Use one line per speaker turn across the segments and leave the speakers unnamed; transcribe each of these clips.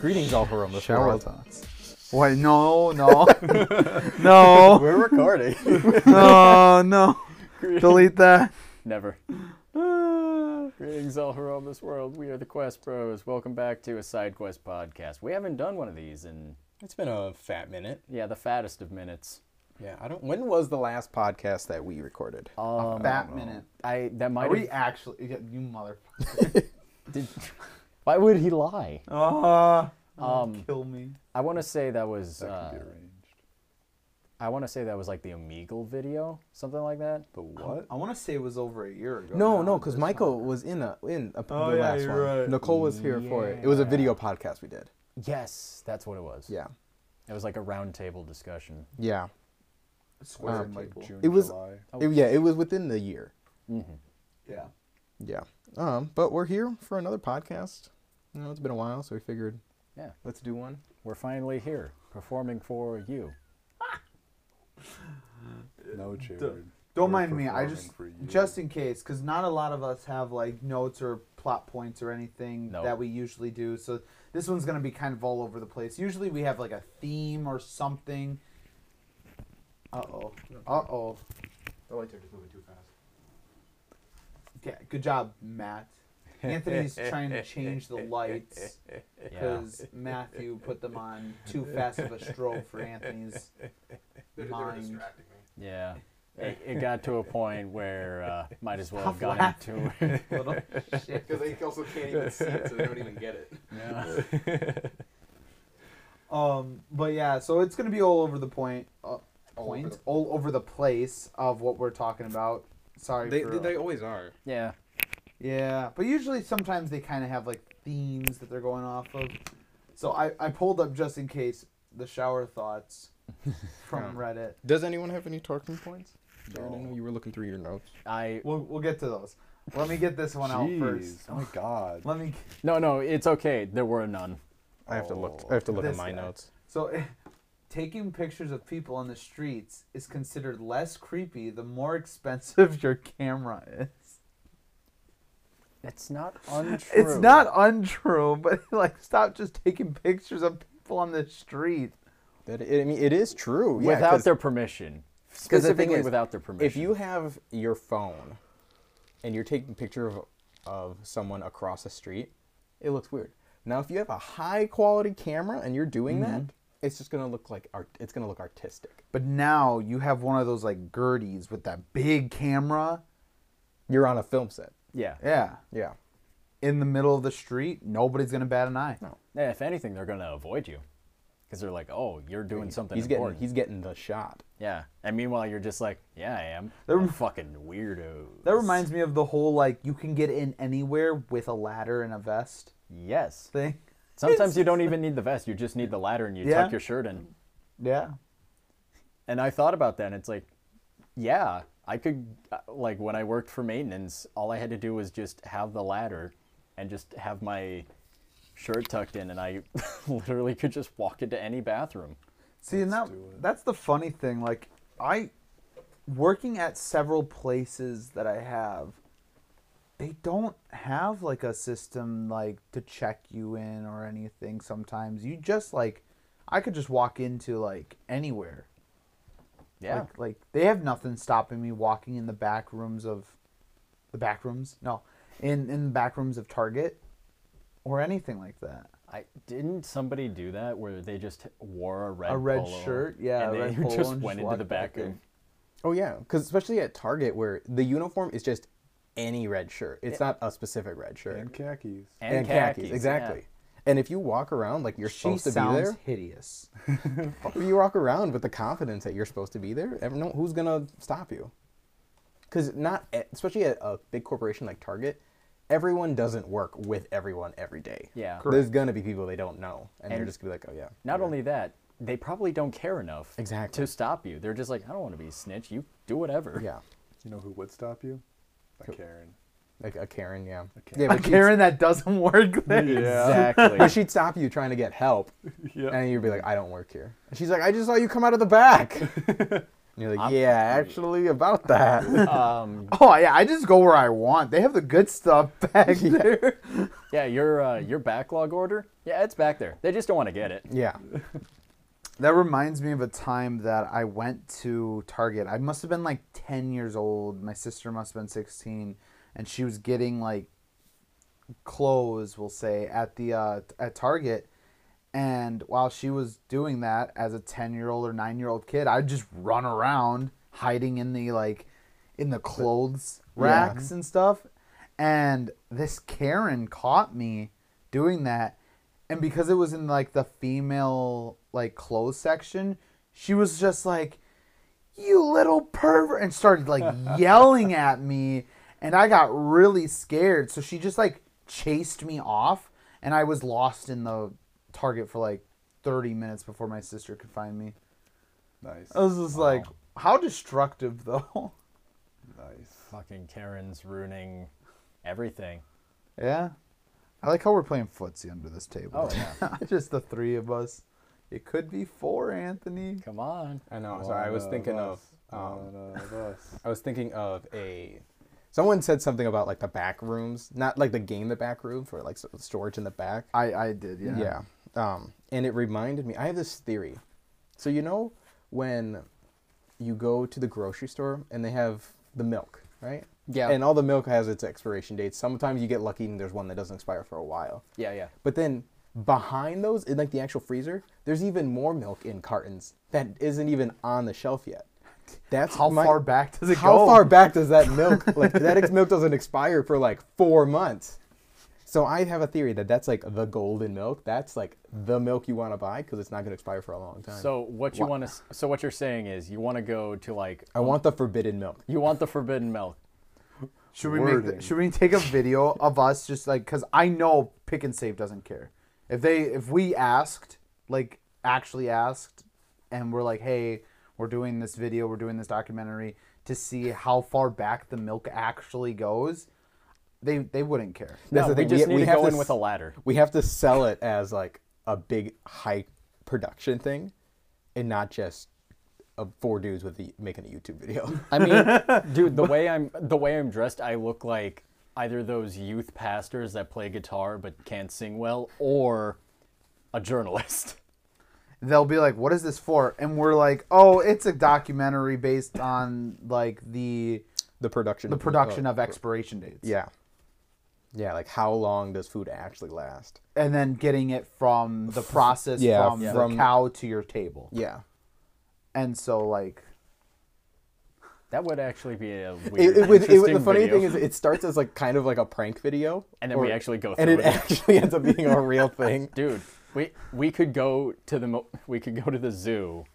Greetings, all from the
Shower
world.
thoughts. Wait, no, no, no,
We're recording.
no, no. Delete that.
Never. Greetings, all who roam this world. We are the Quest Bros. Welcome back to a Side Quest podcast. We haven't done one of these in,
It's been a fat minute.
yeah, the fattest of minutes.
Yeah, I don't. When was the last podcast that we recorded?
Um,
Bat minute.
I that might
Are
have,
we actually? yeah, You motherfucker.
did, Why would he lie?
Ah,
Um,
kill me.
I want to say that was.
That
Uh,
could be arranged.
I want to say that was like the Omegle video, something like that. Um,
The what?
I want to say it was over a year ago.
No,
now,
no,
at
because
this
Michael
time.
was in a in a,
Oh,
the
yeah,
last
you're
one.
right.
Nicole was here for it. It was a video podcast we did.
Yes, that's what it was.
Yeah,
it was like a roundtable discussion.
yeah.
Square
um,
Michael.
It was. it- yeah, it was within the year.
Yeah.
Yeah. Um, but we're here for another podcast. You know, it's been a while, so we figured
Yeah,
let's do one.
we're finally here performing for you.
No Jared.
Don't
We're
mind me. I
performing
just,
for you.
just in case, because not a lot of us have like notes or plot points or anything
No.
that we usually do. So this one's gonna be kind of all over the place. Usually we have like a theme or something. Uh oh. Uh oh. The lights are just moving too fast. Yeah. Good job, Matt. Anthony's trying to change the lights
Yeah.
because Matthew put them on too fast of a strobe for Anthony's mind.
Yeah. It, it got to a point where uh, might as well have
Stop
gone into it.
Little shit.
they also can't even see it, so they don't even get it.
Yeah.
Um, but yeah, so it's gonna be all over the point, uh,
All over
point,
the-
all over the place of what we're talking about. Sorry.
They,
for,
they, they always are.
yeah.
yeah, but usually sometimes they kind of have like themes that they're going off of. So I I pulled up just in case the shower thoughts from
Yeah.
Reddit.
Does anyone have any talking points? Jared, I
No.
know you were looking through your notes.
I
We'll we'll get to those. Let me get this one out first.
Jeez, Oh my god.
Let me.
no no it's okay there were none.
I have to look. I have to look at
This
my
guy.
notes.
So, taking pictures of people on the streets is considered less creepy the more expensive your camera is.
It's not untrue.
It's not untrue, but like, stop just taking pictures of people on the street.
That I I mean, it is true. yeah,
without
'cause-
their permission.
'cause the thing
Specifically
is,
without their permission.
If you have your phone, and you're taking a picture of of someone across the street, it looks weird. Now, if you have a high quality camera and you're doing that, it's just gonna look like art. It's gonna look artistic.
But now you have one of those like Gerties with that big camera.
You're on a film set.
yeah.
Yeah.
Yeah.
In the middle of the street, nobody's gonna bat an eye.
Yeah, if anything they're going to avoid you. Cuz they're like, "Oh, you're doing something
He's getting.
important."
He's getting the shot.
yeah. And meanwhile you're just like, "Yeah, I am."
That
They're
rem-
fucking weirdos.
That reminds me of the whole like you can get in anywhere with a ladder and a vest
Yes.
thing.
Sometimes you don't even need the vest. You just need the ladder and you
Yeah.
tuck your shirt in.
Yeah.
And I thought about that, and it's like, yeah, I could, uh, like, when I worked for maintenance, all I had to do was just have the ladder and just have my shirt tucked in, and I literally could just walk into any bathroom.
See, and that that's the funny thing. Like I, working at several places that I have, they don't have like a system like to check you in or anything. Sometimes you just like, I could just walk into like anywhere.
Yeah.
Like, like they have nothing stopping me walking in the back rooms of, the back rooms. No, in in the back rooms of Target, or anything like that.
I didn't somebody do that where they just wore a red
A red
polo
shirt, yeah,
and
a
they
red polo
just
and
went
just
into the
walked
back
back
of
in.
Oh yeah, because especially at Target, where the uniform is just any red shirt. It's not a specific red shirt.
And khakis.
and, yeah.
exactly. And if you walk around like you're
She
supposed to be
sounds
there,
hideous.
if you walk around with the confidence that you're supposed to be there, everyone, who's gonna stop you? Because not, at, especially at a big corporation like Target, everyone doesn't work with everyone every day.
Yeah.
there's gonna be people they don't know, and, they're
And
just gonna be like, oh yeah.
Not only that, they probably don't care enough
Exactly.
to stop you. They're just like, I don't want to be a snitch. You do whatever.
Yeah,
You know who would stop you? A Karen.
like a Karen, yeah.
Karen.
Yeah,
A
but she'd,
Karen that doesn't work there.
Exactly.
but she'd stop you trying to get help,
Yeah.
and you'd be like, I don't work here. And she's like, I just saw you come out of the back. And you're like, yeah, actually, about that.
Um,
Oh yeah, I just go where I want. They have the good stuff back there.
yeah, your uh, your backlog order. Yeah, it's back there. They just don't want to get it.
yeah.
That reminds me of a time that I went to Target. I must have been like 10 years old. My sister must have been 16 and she was getting like clothes, we'll say, at the uh, at Target. And while she was doing that as a 10-year-old or 9-year-old kid, I'd just run around hiding in the like in the clothes racks and stuff. And this Karen caught me doing that and because it was in like the female like clothes section, she was just like, "You little pervert!" and started like yelling at me, and I got really scared. So she just like chased me off, and I was lost in the Target for like thirty minutes before my sister could find me.
Nice.
I was just like, "How destructive, though."
Nice.
Fucking Karen's ruining everything.
yeah, I like how we're playing footsie under this table.
Oh, yeah.
just the three of us. It could be four, Anthony.
Come on.
I know. Sorry, I was
One
thinking of.
us,
Um,
one of us.
I was thinking of a. Someone said something about like the back rooms, not like the game, the back room for like s- storage in the back.
I I did, yeah.
Yeah. Um, and it reminded me, I have this theory. So, you know, when you go to the grocery store and they have the milk, right?
Yeah.
And all the milk has its expiration dates. Sometimes you get lucky and there's one that doesn't expire for a while.
Yeah, yeah.
But then behind those, in like the actual freezer, there's even more milk in cartons that isn't even on the shelf yet. That's
How
my-
far back does it
how
go?
far back does that milk like that ex- milk doesn't expire for like four months so i have a theory that that's like the golden milk that's like the milk you want to buy because it's not going to expire for a long time
So what you want to? So what you're saying is you want to go to like
i want the forbidden milk
you want the forbidden milk.
Should we make
Wording.
the, should we take a video of us just like cuz I know pick and save doesn't care. If they if we asked, like actually asked and we're like, "Hey, we're doing this video, we're doing this documentary to see how far back the milk actually goes." They they wouldn't care.
that's
no,
the thing
we just need to
have
go in
s-
with a ladder.
we have to sell it as like a big high production thing and not just uh, four dudes with the, making a youtube video
I mean, dude, the way I'm the way I'm dressed, I look like either those youth pastors that play guitar but can't sing well, or a journalist.
They'll be like, "What is this for?" And we're like, "Oh, it's a documentary based on like the
the production
the
of-
production
uh,
of expiration dates."
yeah yeah like how long does food actually last
and then getting it from the process
yeah,
from,
from-
the cow to your table.
yeah
And so like
That would actually be a weird,
it, it, would- it, would- the
interesting
funny
video.
thing is it starts as like kind of like a prank video
And then we actually go
and
through
it
with it.
actually ends up being a real thing
dude, we we could go to the mo- we could go to the zoo.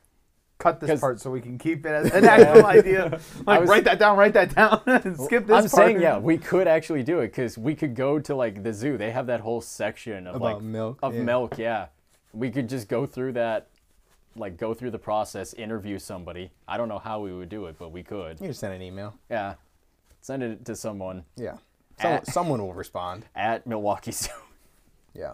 cut this
'Cause-
part so we can keep it as an actual idea. Like
was-
write that down, write that down, and skip this
I'm
part.
saying yeah, we could actually do it because we could go to like the zoo. They have that whole section of
About
like
milk,
of
yeah.
milk. Yeah, we could just go through that, like go through the process, interview somebody. I don't know how we would do it, but we could.
you just send an email
Yeah, send it to someone
yeah Some,
At-
someone will respond
at Milwaukee Zoo.
yeah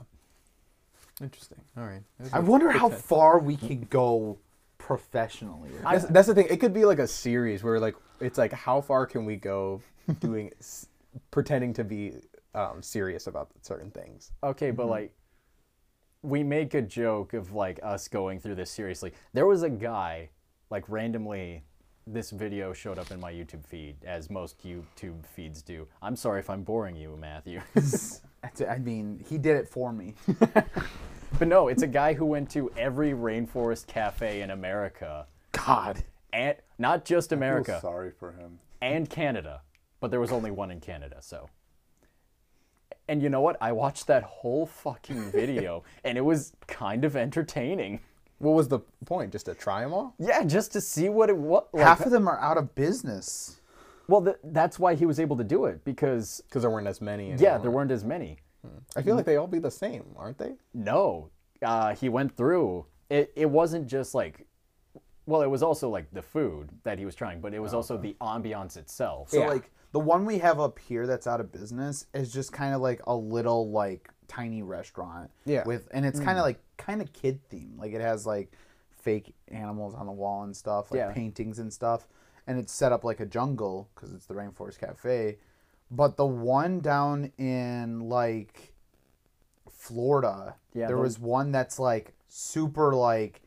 interesting all right
I wonder how far we can go professionally.
that's, that's the thing it could be like a series where like it's like how far can we go doing s- pretending to be um, serious about certain things
Okay, but like we make a joke of like us going through this seriously. There was a guy like randomly this video showed up in my YouTube feed as most YouTube feeds do. I'm sorry if I'm boring you, Matthew.
That's- I mean, he did it for me.
but no, it's a guy who went to every rainforest cafe in America
God.
and not just
I
America
feel sorry for him.
and Canada, but there was only one in Canada, so. And you know what? I watched that whole fucking video and it was kind of entertaining.
what was the point just to try them all
Yeah, just to see what it was. Like,
Half of them are out of business.
well, th- that's why he was able to do it because
because there weren't as many
yeah,
anymore.
there weren't as many.
i feel like they all be the same aren't they
No, uh, he went through. It it wasn't just like, well, it was also like the food that he was trying, but it was also the ambiance itself.
So
Yeah.
like the one we have up here that's out of business is just kind of like a little like tiny restaurant.
Yeah.
Mm.
With and it's kind of like kind of kid themed. Like it has like fake animals on the wall and stuff, like
Yeah.
paintings and stuff, and it's set up like a jungle because it's the Rainforest Cafe. But the one down in like Florida,
Yeah,
there
the-
was one that's like super like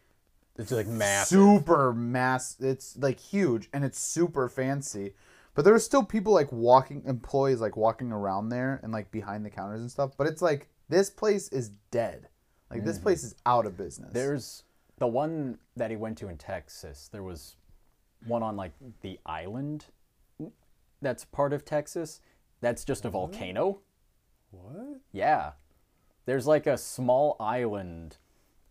It's like
super mass it's like huge and it's super fancy but there are still people like walking employees like walking around there and like behind the counters and stuff but it's like this place is dead like this place is out of business
There's the one that he went to in Texas. There was one on like the island that's part of Texas. That's just a volcano.
What?
Yeah. There's like a small island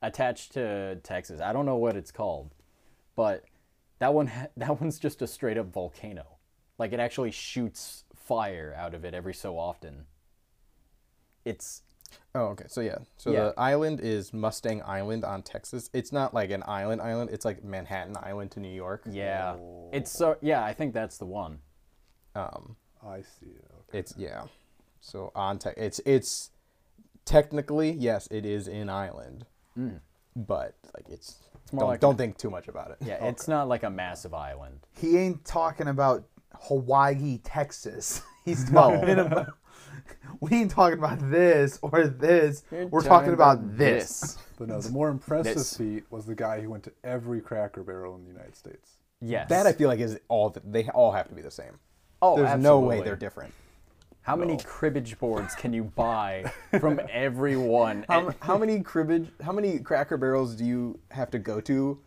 attached to Texas. I don't know what it's called, but that one ha- that one's just a straight up volcano. Like it actually shoots fire out of it every so often. It's
Oh, okay. So yeah. So
Yeah.
the island is Mustang Island on Texas. It's not like an island island. It's like Manhattan Island to New York.
yeah. It's so yeah, I think that's the one.
Um.
I see it. Okay.
It's yeah. So on te- it's it's technically yes, it is in island, but like it's,
Mm. more
don't,
like
don't think too much about it.
Yeah, it's not like a massive island.
he ain't talking about hawaii texas he's talking about we ain't talking about this or this we're talking about, this.
But no, the more impressive
This.
feat was the guy who went to every Cracker Barrel in the United States.
Yes.
That I feel like is all that they all have to be the same.
oh,
There's no way
absolutely.
they're different.
How many cribbage boards can you buy from everyone?
How,
And-
m- how many cribbage? How many Cracker Barrels do you have to go to?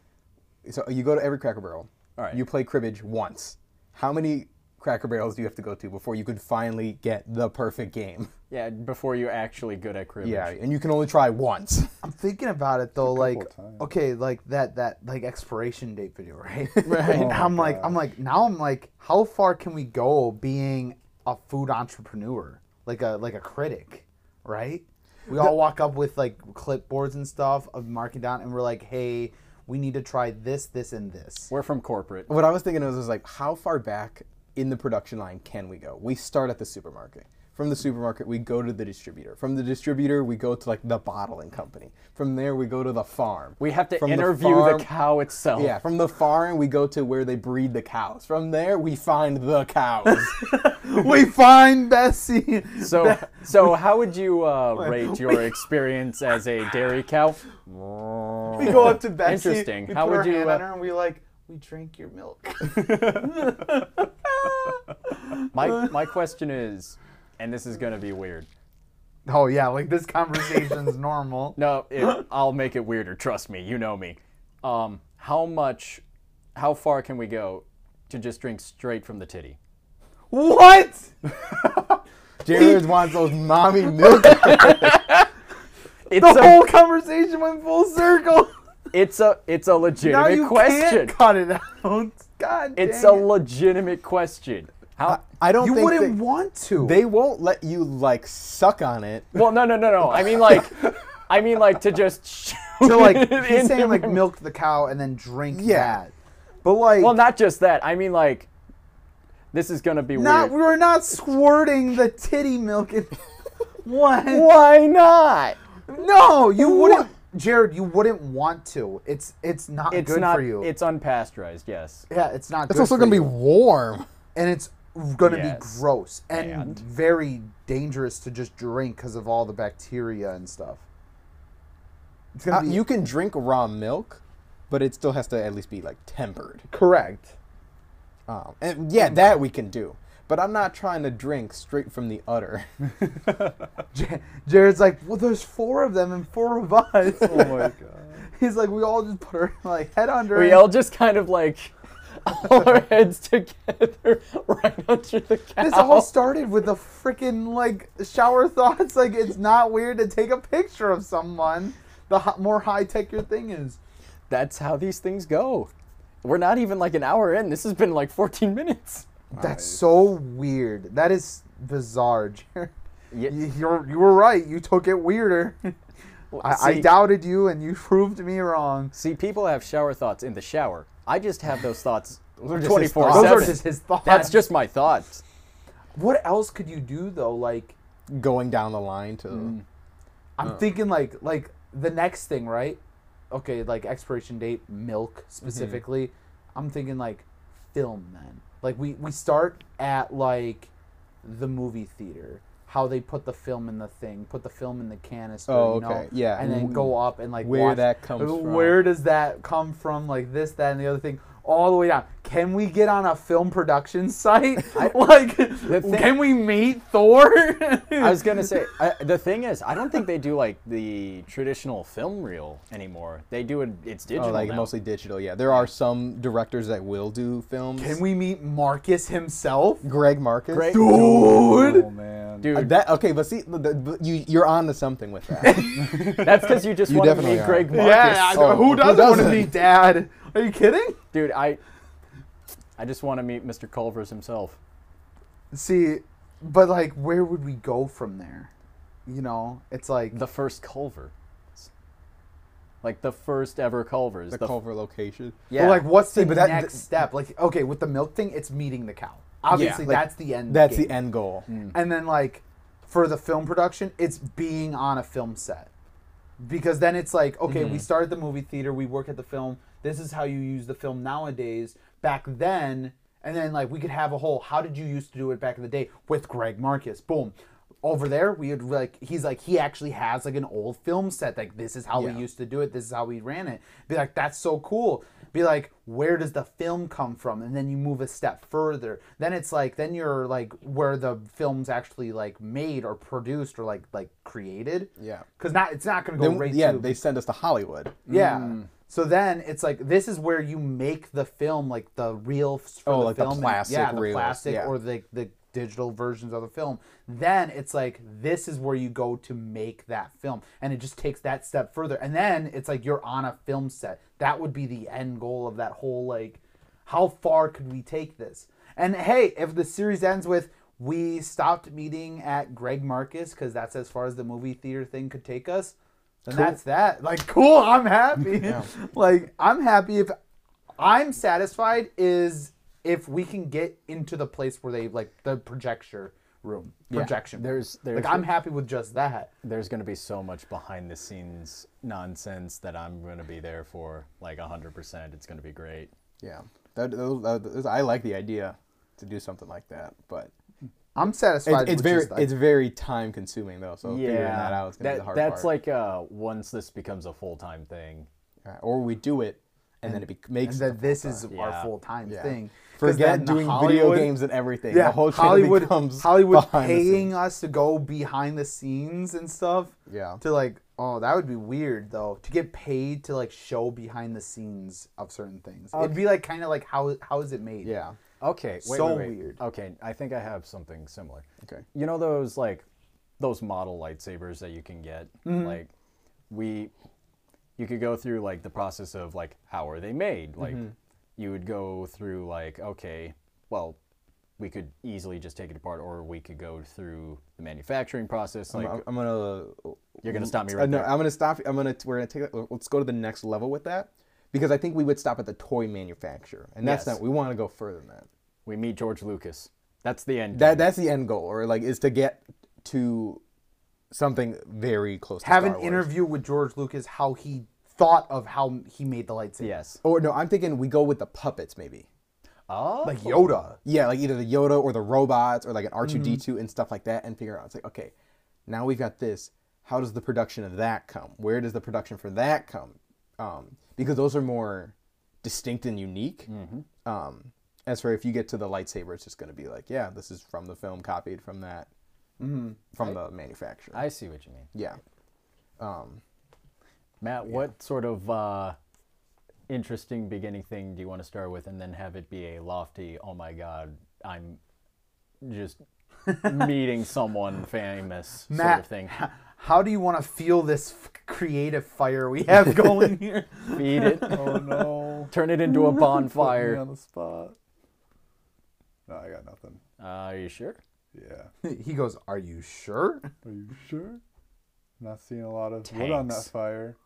So you go to every Cracker Barrel.
All right.
You play cribbage once. How many Cracker Barrels do you have to go to before you could finally get the perfect game?
yeah, before you're actually good at cribbage.
Yeah, and you can only try once.
I'm thinking about it though, like
times.
okay, like that that like expiration date video, right? right.
Oh
I'm like I'm like now I'm like how far can we go being a food entrepreneur, like a like a critic, right? We all walk up with like clipboards and stuff of marking down, and we're like, hey, we need to try this, this, and this.
We're from corporate.
what I was thinking was, was like, how far back in the production line can we go? We start at the supermarket. From the supermarket, we go to the distributor. From the distributor, we go to like the bottling company. From there, we go to the farm.
We have to
From
interview the,
farm-
cow itself.
Yeah, from the farm, we go to where they breed the cows. From there, we find the cows.
we find Bessie.
So, so how would you uh, rate your experience as a dairy cow?
we go up to Bessie.
Interesting.
We
How
put
would
our
you,
hand
uh,
on her and we like we drink your milk.
My my question is, and this is gonna be weird.
oh yeah, like this conversation's normal.
No, it, I'll make it weirder. Trust me, you know me. Um, how much, how far can we go to just drink straight from the titty?
What?
Jared wants those mommy milk.
It's
The
a
whole conversation went full circle.
it's a it's a
now
legitimate
you
question.
can't cut it out. God,
It's a
dang it.
legitimate question. How?
I don't
you
think
wouldn't
they,
want to.
they won't let you like suck on it.
well, no, no, no, no. I mean like, I mean like to just. shoot
so like
it
he's
into
saying like
my-
milk the cow and then drink
Yeah.
that, but like
Well, not just that. I mean like, this is gonna be
not
weird.
we're not squirting the titty milk. In, what?
Why not?
No, you wouldn't, Jared. You wouldn't want to. It's it's not
It's
good
not.
for you.
It's unpasteurized. Yes.
yeah, it's not.
It's also
going
gonna
to
be warm.
and it's gonna
Yes.
be gross and,
And?
very dangerous to just drink because of all the bacteria and stuff. It's gonna
Uh, you can drink raw milk, but it still has to at least be like tempered.
correct.
Um, and yeah, that we can do. But I'm not trying to drink straight from the udder.
Ja- Jared's like, well, there's four of them and four of us.
Oh my god.
He's like, we all just put our like head under.
We
and-
all just kind of like all our heads together right under the cow.
This all started with the freaking like shower thoughts. Like, it's not weird to take a picture of someone. The hi- more high tech your thing is.
That's how these things go. We're not even like an hour in. This has been like 14 minutes.
That's so weird. That is bizarre, Jared.
Yeah.
You, you're, you were right. You took it weirder. I, I
see-
doubted you, and you proved me wrong.
See, people have shower thoughts in the shower. I just have those thoughts
just his
24
thoughts.
Those are
7.
just his thoughts.
That's just my thoughts.
what else could you do though? Like,
Going down the line to
I'm thinking like like the next thing, right? okay, like expiration date,
Mm-hmm.
milk specifically. I'm thinking like film then. Like we we start at like the movie theater, how they put the film in the thing, put the film in the canister.
Oh,
you know,
okay, yeah.
And then
Wh-
go up and like
where
watch-
that comes from.
Where does that come from? Like this, that, and the other thing. All the way down. Can we get on a film production site? like,
thing-
can we meet Thor?
I was gonna say I, the thing is, I don't think they do like the traditional film reel anymore. They do it. It's digital
Oh, like
now.
mostly digital. Yeah, there are some directors that will do films.
Can we meet Marcus himself?
Greg Marcus.
Greg-
Oh
Dude!
man,
Dude,
Uh, that okay, but see, the, the, you you're on to something with that.
that's because you just
You
want to
definitely
meet
are.
Greg Marcus.
Yeah, I-
Oh,
who
who
doesn't, want to
doesn't?
meet Dad? Are you kidding?
dude, I, I just want to meet Mr. Culver's himself.
See, but like, where would we go from there? You know, it's like
The first Culver, like the first ever Culver's.
the
the-
Culver location.
yeah,
well, like, what's the
but that-
next
th-
step? Like, okay, with the milk thing, it's meeting the cow. Obviously,
like,
that's the end.
That's
game.
the end goal.
And then like for the film production, it's being on a film set. Because then it's like, okay,
Mm-hmm.
we start at the movie theater, we work at the film. This is how you use the film nowadays. Back then, and then like we could have a whole how did you used to do it back in the day with Greg Marcus. Boom. Over there, we would like he's like he actually has like an old film set. Like this is how we
Yeah.
used to do it. This is how we ran it. Be like, that's so cool. Be like, where does the film come from? And then you move a step further. Then it's like, then you're like where the film's actually like made or produced or like like created.
Yeah.
Because not it's not gonna go
Then,
right.
yeah,
to,
they send us to Mm. Hollywood.
yeah. So then it's like this is where you make the film, like the real f- for
Oh,
the
like the
film, and-
plastic
yeah, the
reels,
plastic
yeah.
or the the digital versions of the film. Then it's like this is where you go to make that film, and it just takes that step further. And then it's like you're on a film set. That would be the end goal of that whole like, how far could we take this? And hey, if the series ends with we stopped meeting at Greg Marcus because that's as far as the movie theater thing could take us. And that's that. Like, cool, I'm happy. Like, I'm happy if I'm satisfied is if we can get into the place where they like the projector room. Projection. room.
there's- there's-
like I'm happy with just that.
there's gonna be so much behind the scenes nonsense that I'm gonna be there for like hundred percent. It's gonna be great.
Yeah, that, those- those- I like the idea to do something like that, but
I'm
it's,
satisfied
it's
with
very
just that.
it's very time consuming though. So figuring that out is gonna be the hard
that's
part.
like uh, once this becomes a full time thing.
Alright, or we do it and, then it bec makes
and that this is
Yeah.
our full time
yeah.
thing. 'Cause
Forget
then the
doing video
Hollywood-
games and everything.
Yeah,
the whole shit
Hollywood
becomes
Hollywood
behind the scenes.
paying us to go behind the scenes and stuff.
Yeah.
To like, oh, that would be weird though. To get paid to like show behind the scenes of certain things. It'd be like kind of like how how is it made?
Uh, Yeah.
Okay, wait,
So
wait, wait.
weird.
Okay, I think I have something similar.
Okay.
you know those like those model lightsabers that you can get.
Mm-hmm.
Like we, you could go through like the process of like how are they made. Like
Mm-hmm.
you would go through like okay, well, we could easily just take it apart, or we could go through the manufacturing process. Like
I'm, I'm gonna.
You're gonna stop me
Uh,
right
no,
there.
I'm gonna stop. I'm gonna. We're gonna take. it- Let's go to the next level with that, because I think we would stop at the toy manufacturer, and that's
Yes.
not. We want to go further than that.
we meet George Lucas. That's the end.
That that's the end goal, or like is to get to something very close. to
Have
Star
an
Wars.
interview with George Lucas how he thought of how he made the lightsaber.
yes.
Or no, I'm thinking we go with the puppets maybe.
Oh,
Like Yoda.
Yeah, like either the Yoda or the robots or like an
Mm-hmm.
R2D2 and stuff like that, and figure out it's like okay, now we've got this. How does the production of that come? Where does the production for that come? Um, because those are more distinct and unique.
Mm-hmm.
Um, as for if you get to the lightsaber, it's just going to be like, yeah, this is from the film, copied from that, from the manufacturer.
Mm-hmm. I see what you mean.
yeah.
Matt, what sort of uh, interesting beginning thing do you want to start with and then have it be a lofty, oh my God, I'm just meeting someone famous sort
Matt,
of thing?
How do you want to feel this f- creative fire we have going here?
Feed it,
oh no,
turn it into a
Put me on
bonfire.
the spot. No, I got nothing.
Uh, are you sure?
Yeah,
he goes, "Are you sure?"
are you sure? Not seeing a lot of wood on that
Tanks.
fire.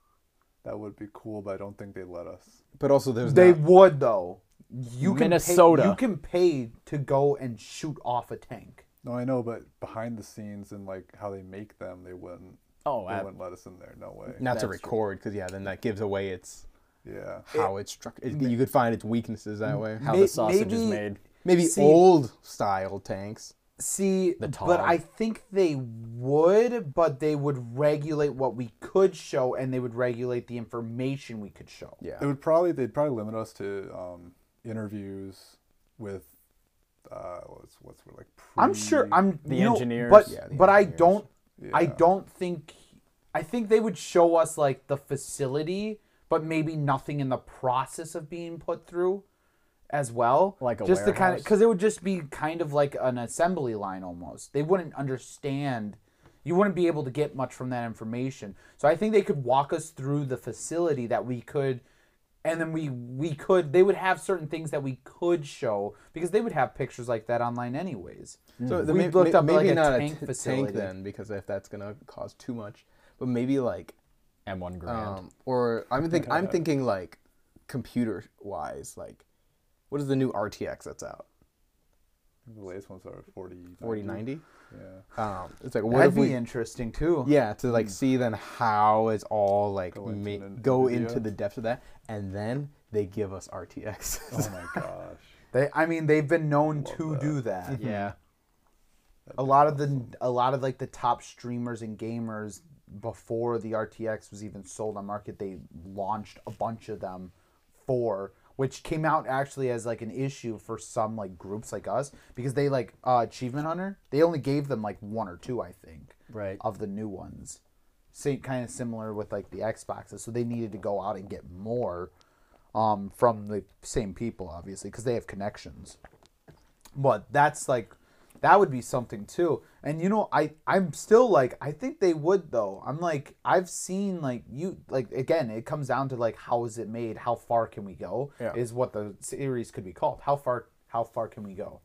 That would be cool, but I don't think they let us.
But also, there's
They
not-
would though. You can
Minnesota.
Pay, you can pay to go and shoot off a tank.
No, I know, but behind the scenes and like how they make them, they wouldn't.
Oh,
They
ab-
wouldn't let us in there. No way.
Not to
That's true.
record, because yeah, then that gives away its
Yeah.
how it's structured. You could find its weaknesses that way.
how
How
May-
the sausage is
maybe-
made.
maybe
See-
old style tanks.
See,
The
but
tog.
I think they would, but they would regulate what we could show, and they would regulate the information we could show.
Yeah.
It would probably they'd probably limit us to um, interviews with uh, what's what's we're like. Pre-
I'm sure. I'm
The
you know,
engineers.
but
Yeah, the
but I
engineers.
don't. I
Yeah.
don't think. I think they would show us like the facility, but maybe nothing in the process of being put through, as well.
Like a
just the kind of
warehouse?
because it would just be kind of like an assembly line almost. They wouldn't understand. You wouldn't be able to get much from that information. So I think they could walk us through the facility that we could. And then we we could they would have certain things that we could show because they would have pictures like that online anyways.
So
We
may-
Mm. looked
may-
up,
maybe
like, a
not
tank
t-
facility.
tank then, because if that's gonna cause too much, but maybe like
M1 Grand.
um, or I'm think I'm thinking like computer wise, like what is the new RTX that's out?
the latest ones are 40,
40 90?
Yeah.
Um, it's like what
That'd
if
be
we
interesting too.
yeah to
Hmm.
like see then how it's all like go
into
into,
an in-
go
video.
into the depths of that, and then they give us RTX.
Oh my gosh.
They, I mean, they've been known to do that.
yeah,
A lot of the, a lot of like the top streamers and gamers before the RTX was even sold on market, they launched a bunch of them for which came out actually as like an issue for some like groups like us because they like uh, achievement hunter they only gave them like one or two i think
Right.
of the new ones same kind of similar with like the xboxes so they needed to go out and get more um, from the same people obviously because they have connections but that's like that would be something too and you know i i'm still like i think they would though i'm like i've seen like you like again it comes down to like how is it made how far can we go
Yeah.
is what the series could be called how far how far can we go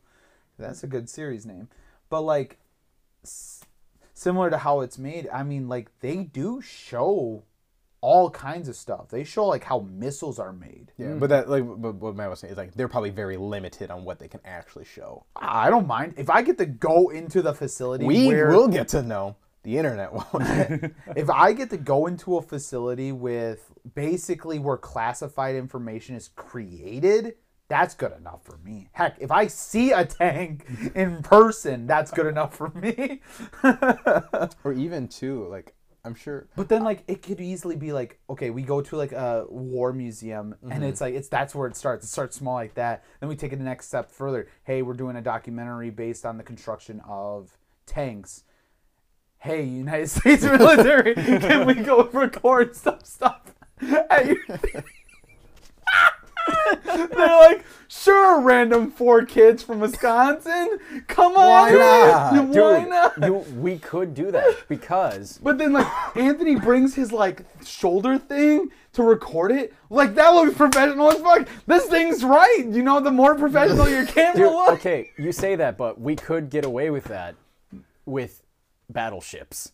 that's a good series name but like s- similar to how it's made i mean like they do show all kinds of stuff they show like how missiles are made
yeah. But that like but what Matt was saying is like they're probably very limited on what they can actually show.
i don't mind if i get to go into the facility
We
where-
will get to know. The internet won't.
if I get to go into a facility with basically where classified information is created, that's good enough for me. Heck, if I see a tank in person, that's good enough for me.
or even too like i'm sure
But then, like, it could easily be like, okay, we go to like a war museum, and it's like, it's that's where it starts. It starts small like that. Then we take it the next step further. Hey, we're doing a documentary based on the construction of tanks. Hey, United States military, can we go record some stuff at your They're like, sure, random four kids from Wisconsin. Come on,
not?
you-
Dude,
why not?
you, we could do that because
But then like Anthony brings his like shoulder thing to record it. Like that looks professional as fuck. This thing's right. You know, the more professional your camera
Dude,
looks.
okay, you say that, but we could get away with that with battleships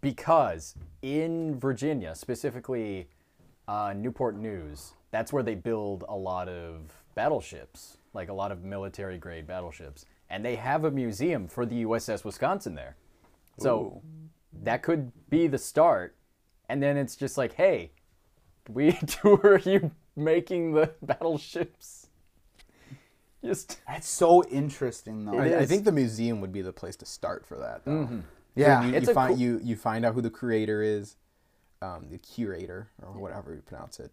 because in Virginia, specifically uh, Newport News, that's where they build a lot of battleships, like a lot of military grade battleships, and they have a museum for the USS Wisconsin there. So that could be the start, and then it's just like, hey, we tour you making the battleships. Just
That's so interesting though.
I, I
is. Mm-hmm.
think the museum would be the place to start for that though.
Yeah,
you,
it's
you
a
find
cool-
you you find out who the creator is um, the curator or whatever you pronounce it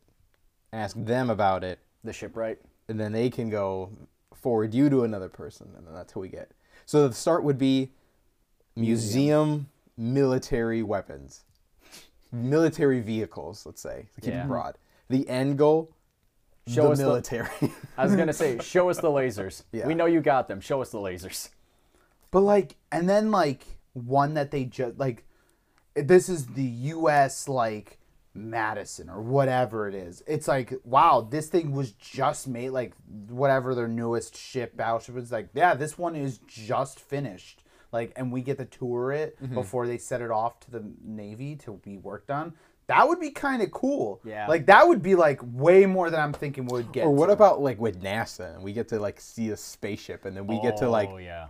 ask them about it
the shipwright.
and then they can go forward you to another person and then that's who we get so the start would be museum military weapons military vehicles let's say keep
Yeah.
it broad the end goal
Show
the
us the-
military
I was gonna say, show us the lasers.
Yeah.
We know you got them. Show us the lasers.
But like, and then like one that they just like, this is the U.S. like Madison or whatever it is. It's like, wow, this thing was just made. Like whatever their newest ship battleship is, like yeah, this one is just finished. Like, and we get to tour it before they set it off to the Navy to be worked on. That would be kind of cool.
Yeah.
Like that would be like way more than I'm thinking would get.
Or what
to.
about like with NASA and we get to like see a spaceship and then we get to like
Oh yeah.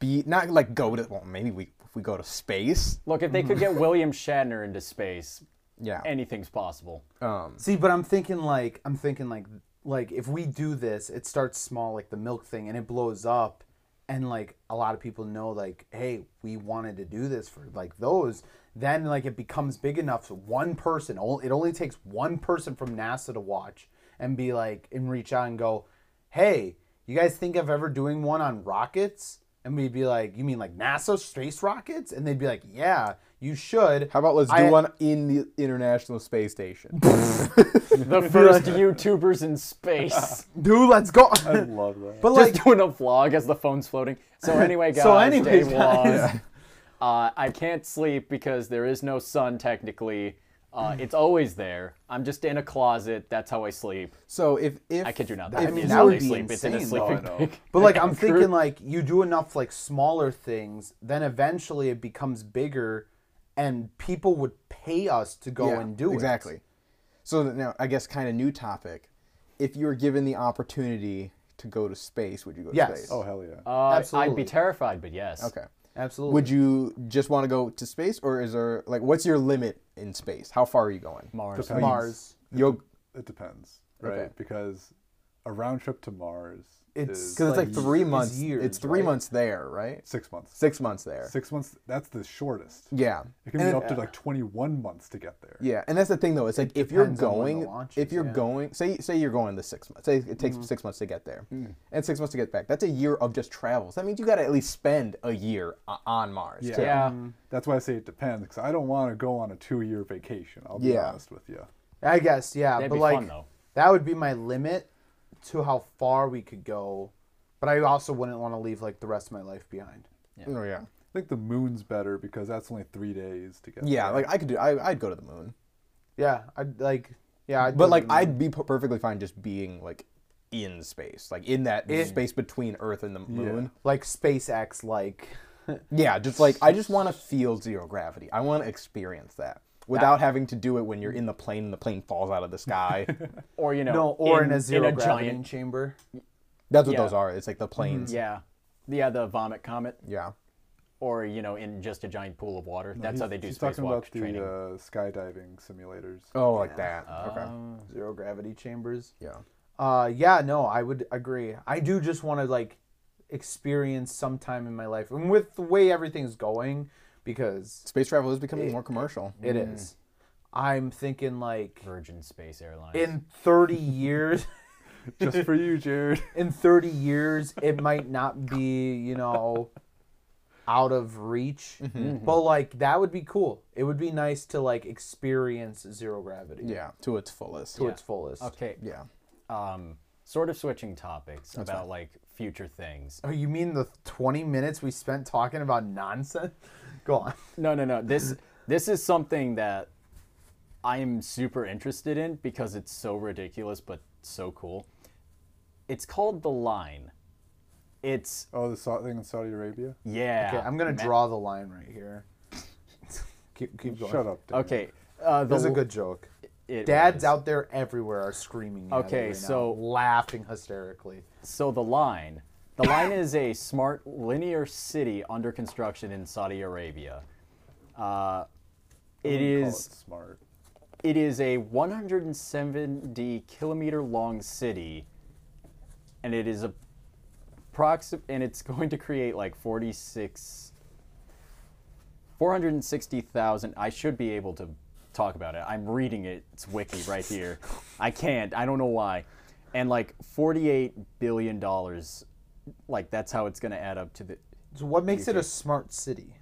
be not like go to well maybe we if we go to space.
Look, if they could get William Shatner into space,
Yeah.
anything's possible.
um,
See, but I'm thinking like I'm thinking like like if we do this, it starts small like the milk thing and it blows up and like a lot of people know like hey, we wanted to do this for like those then like it becomes big enough so one person o- it only takes one person from NASA to watch and be like and reach out and go, "Hey, you guys think of ever doing one on rockets?" And we'd be like, "You mean like NASA space rockets?" And they'd be like, "Yeah, you should."
how about let's do
I-
one in the International Space Station?
The first YouTubers in space.
Dude, let's go.
Uh,
I love that.
but like
Just doing a vlog as the phone's floating. So anyway, guys,
So anyway,
day
guys.
one. Uh, I can't sleep because there is no sun technically. Uh, it's always there. I'm just in a closet. That's how I sleep.
so if if
I kid you not.
if
I
mean,
mean,
that
how
would
they
be
sleep. It's in a
insane, though,
sleeping
I know.
bag.
But like I'm
Crew-
thinking like you do enough like smaller things, then eventually it becomes bigger and people would pay us to go
Yeah,
and do
exactly.
it.
So th- now, I guess, kind of new topic. If you were given the opportunity to go to space, would you go to
Yes.
space?
Oh hell yeah.
Uh, I'd
Absolutely.
be terrified, but yes.
okay.
Absolutely.
Would you just want to go to space, or is there like what's your limit in space? How far are you going?
Mars.
Depends.
Mars.
You'll
It depends, right?
Okay.
Because a round trip to Mars
It's-
is
because it's like
Like,
three
it's
months.
years,
it's three
right?
months there, right?
six months.
Six months there.
Six months. That's the shortest.
Yeah.
It can
And
be
it-
up to like 21 months to get there.
Yeah, and that's the thing though. It's like if you're
depends on when the
going,
launch
if
is,
you're
yeah. Mm-hmm.
going, say say you're going the six months. Say it takes six months to get there, and six months to get back. That's a year of just travels. That means you got to at least spend a year o- on Mars.
Yeah.
too.
Yeah.
mm, That's why I say it depends because I don't want to go on a two-year vacation. I'll be
Yeah.
honest with you.
I guess, yeah.
That'd
but
be
like
fun, though.
that would be my limit to how far we could go. But I also wouldn't want to leave like the rest of my life behind.
Oh yeah.
I think the moon's better because that's only three days to get.
Yeah,
there.
like I could do. I, I'd go to the moon,
Yeah. I'd like yeah, I'd
but
go
like
to the
I'd be p- perfectly fine just being like in space, like in that space between Earth and the moon.
like SpaceX like
Yeah, just like I just want to feel zero gravity. I want to experience that without having to do it when you're in the plane and the plane falls out of the sky.
Or, you know,
no, or in, a zero
in a
gravity
giant.
chamber.
That's what
Yeah.
those are. It's like the planes.
Yeah. Yeah, the vomit comet.
Yeah.
Or, you know, in just a giant pool of water. That's
He's-
how they do
he's talking about
spacewalk
the
training.
uh, skydiving simulators.
Oh, like that. okay.
Hmm.
Zero gravity chambers.
Yeah.
Uh, yeah, no, I would agree. I do just want to like experience sometime in my life, and with the way everything's going, because
Space travel is becoming more commercial.
it is, I'm thinking like
Virgin Space Airlines.
in 30 years.
Just for you, Jared.
in 30 years, it might not be you know out of reach, but like that would be cool. It would be nice to like experience zero gravity
yeah, to its fullest.
to its fullest.
okay.
yeah.
Um, sort of switching topics about like future things.
Oh, you mean the 20 minutes we spent talking about nonsense? Go on.
No, no, no. This this is something that I am super interested in because it's so ridiculous but so cool. It's called the line. It's
Oh, the Sau- thing in Saudi Arabia.
yeah.
Okay, I'm gonna
ma-
draw the line right here. keep, keep going.
Shut up. David.
Okay. Uh, the,
This is a good joke.
it
Dads
was.
out there everywhere are screaming. at it
Okay,
right now,
so-
laughing hysterically.
So the line, the line is a smart linear city under construction in Saudi Arabia. Uh, it
Call
is
it smart.
it is a 170 kilometer long city, and it is a proxi- and it's going to create like 46 460,000 I should be able to talk about it. I'm reading it. It's wiki right here. I can't. I don't know why. And like 48 billion dollars like that's how it's going to add up to the
So what makes it a smart city?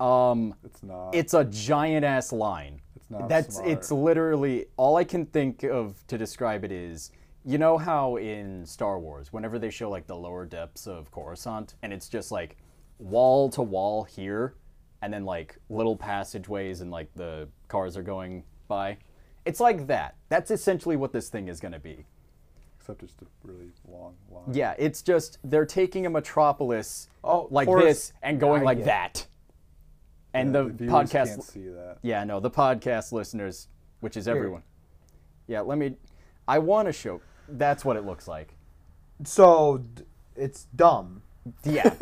um
It's not.
it's a giant ass line.
It's not
That's
smart.
it's literally all I can think of to describe it is you know how in Star Wars whenever they show like the lower depths of Coruscant and it's just like wall to wall here and then like little passageways and like the cars are going by. It's like that. That's essentially what this thing is going to be.
except it's a really long line.
Yeah, it's just they're taking a metropolis
Oh,
like
Forrest-
this and going
I
like
get it.
that. And
The,
the,
viewers
podcast
can't see that.
yeah, no, the podcast listeners, which is everyone. Yeah, let me. I want to show. That's what it looks like.
So d- it's dumb.
Yeah,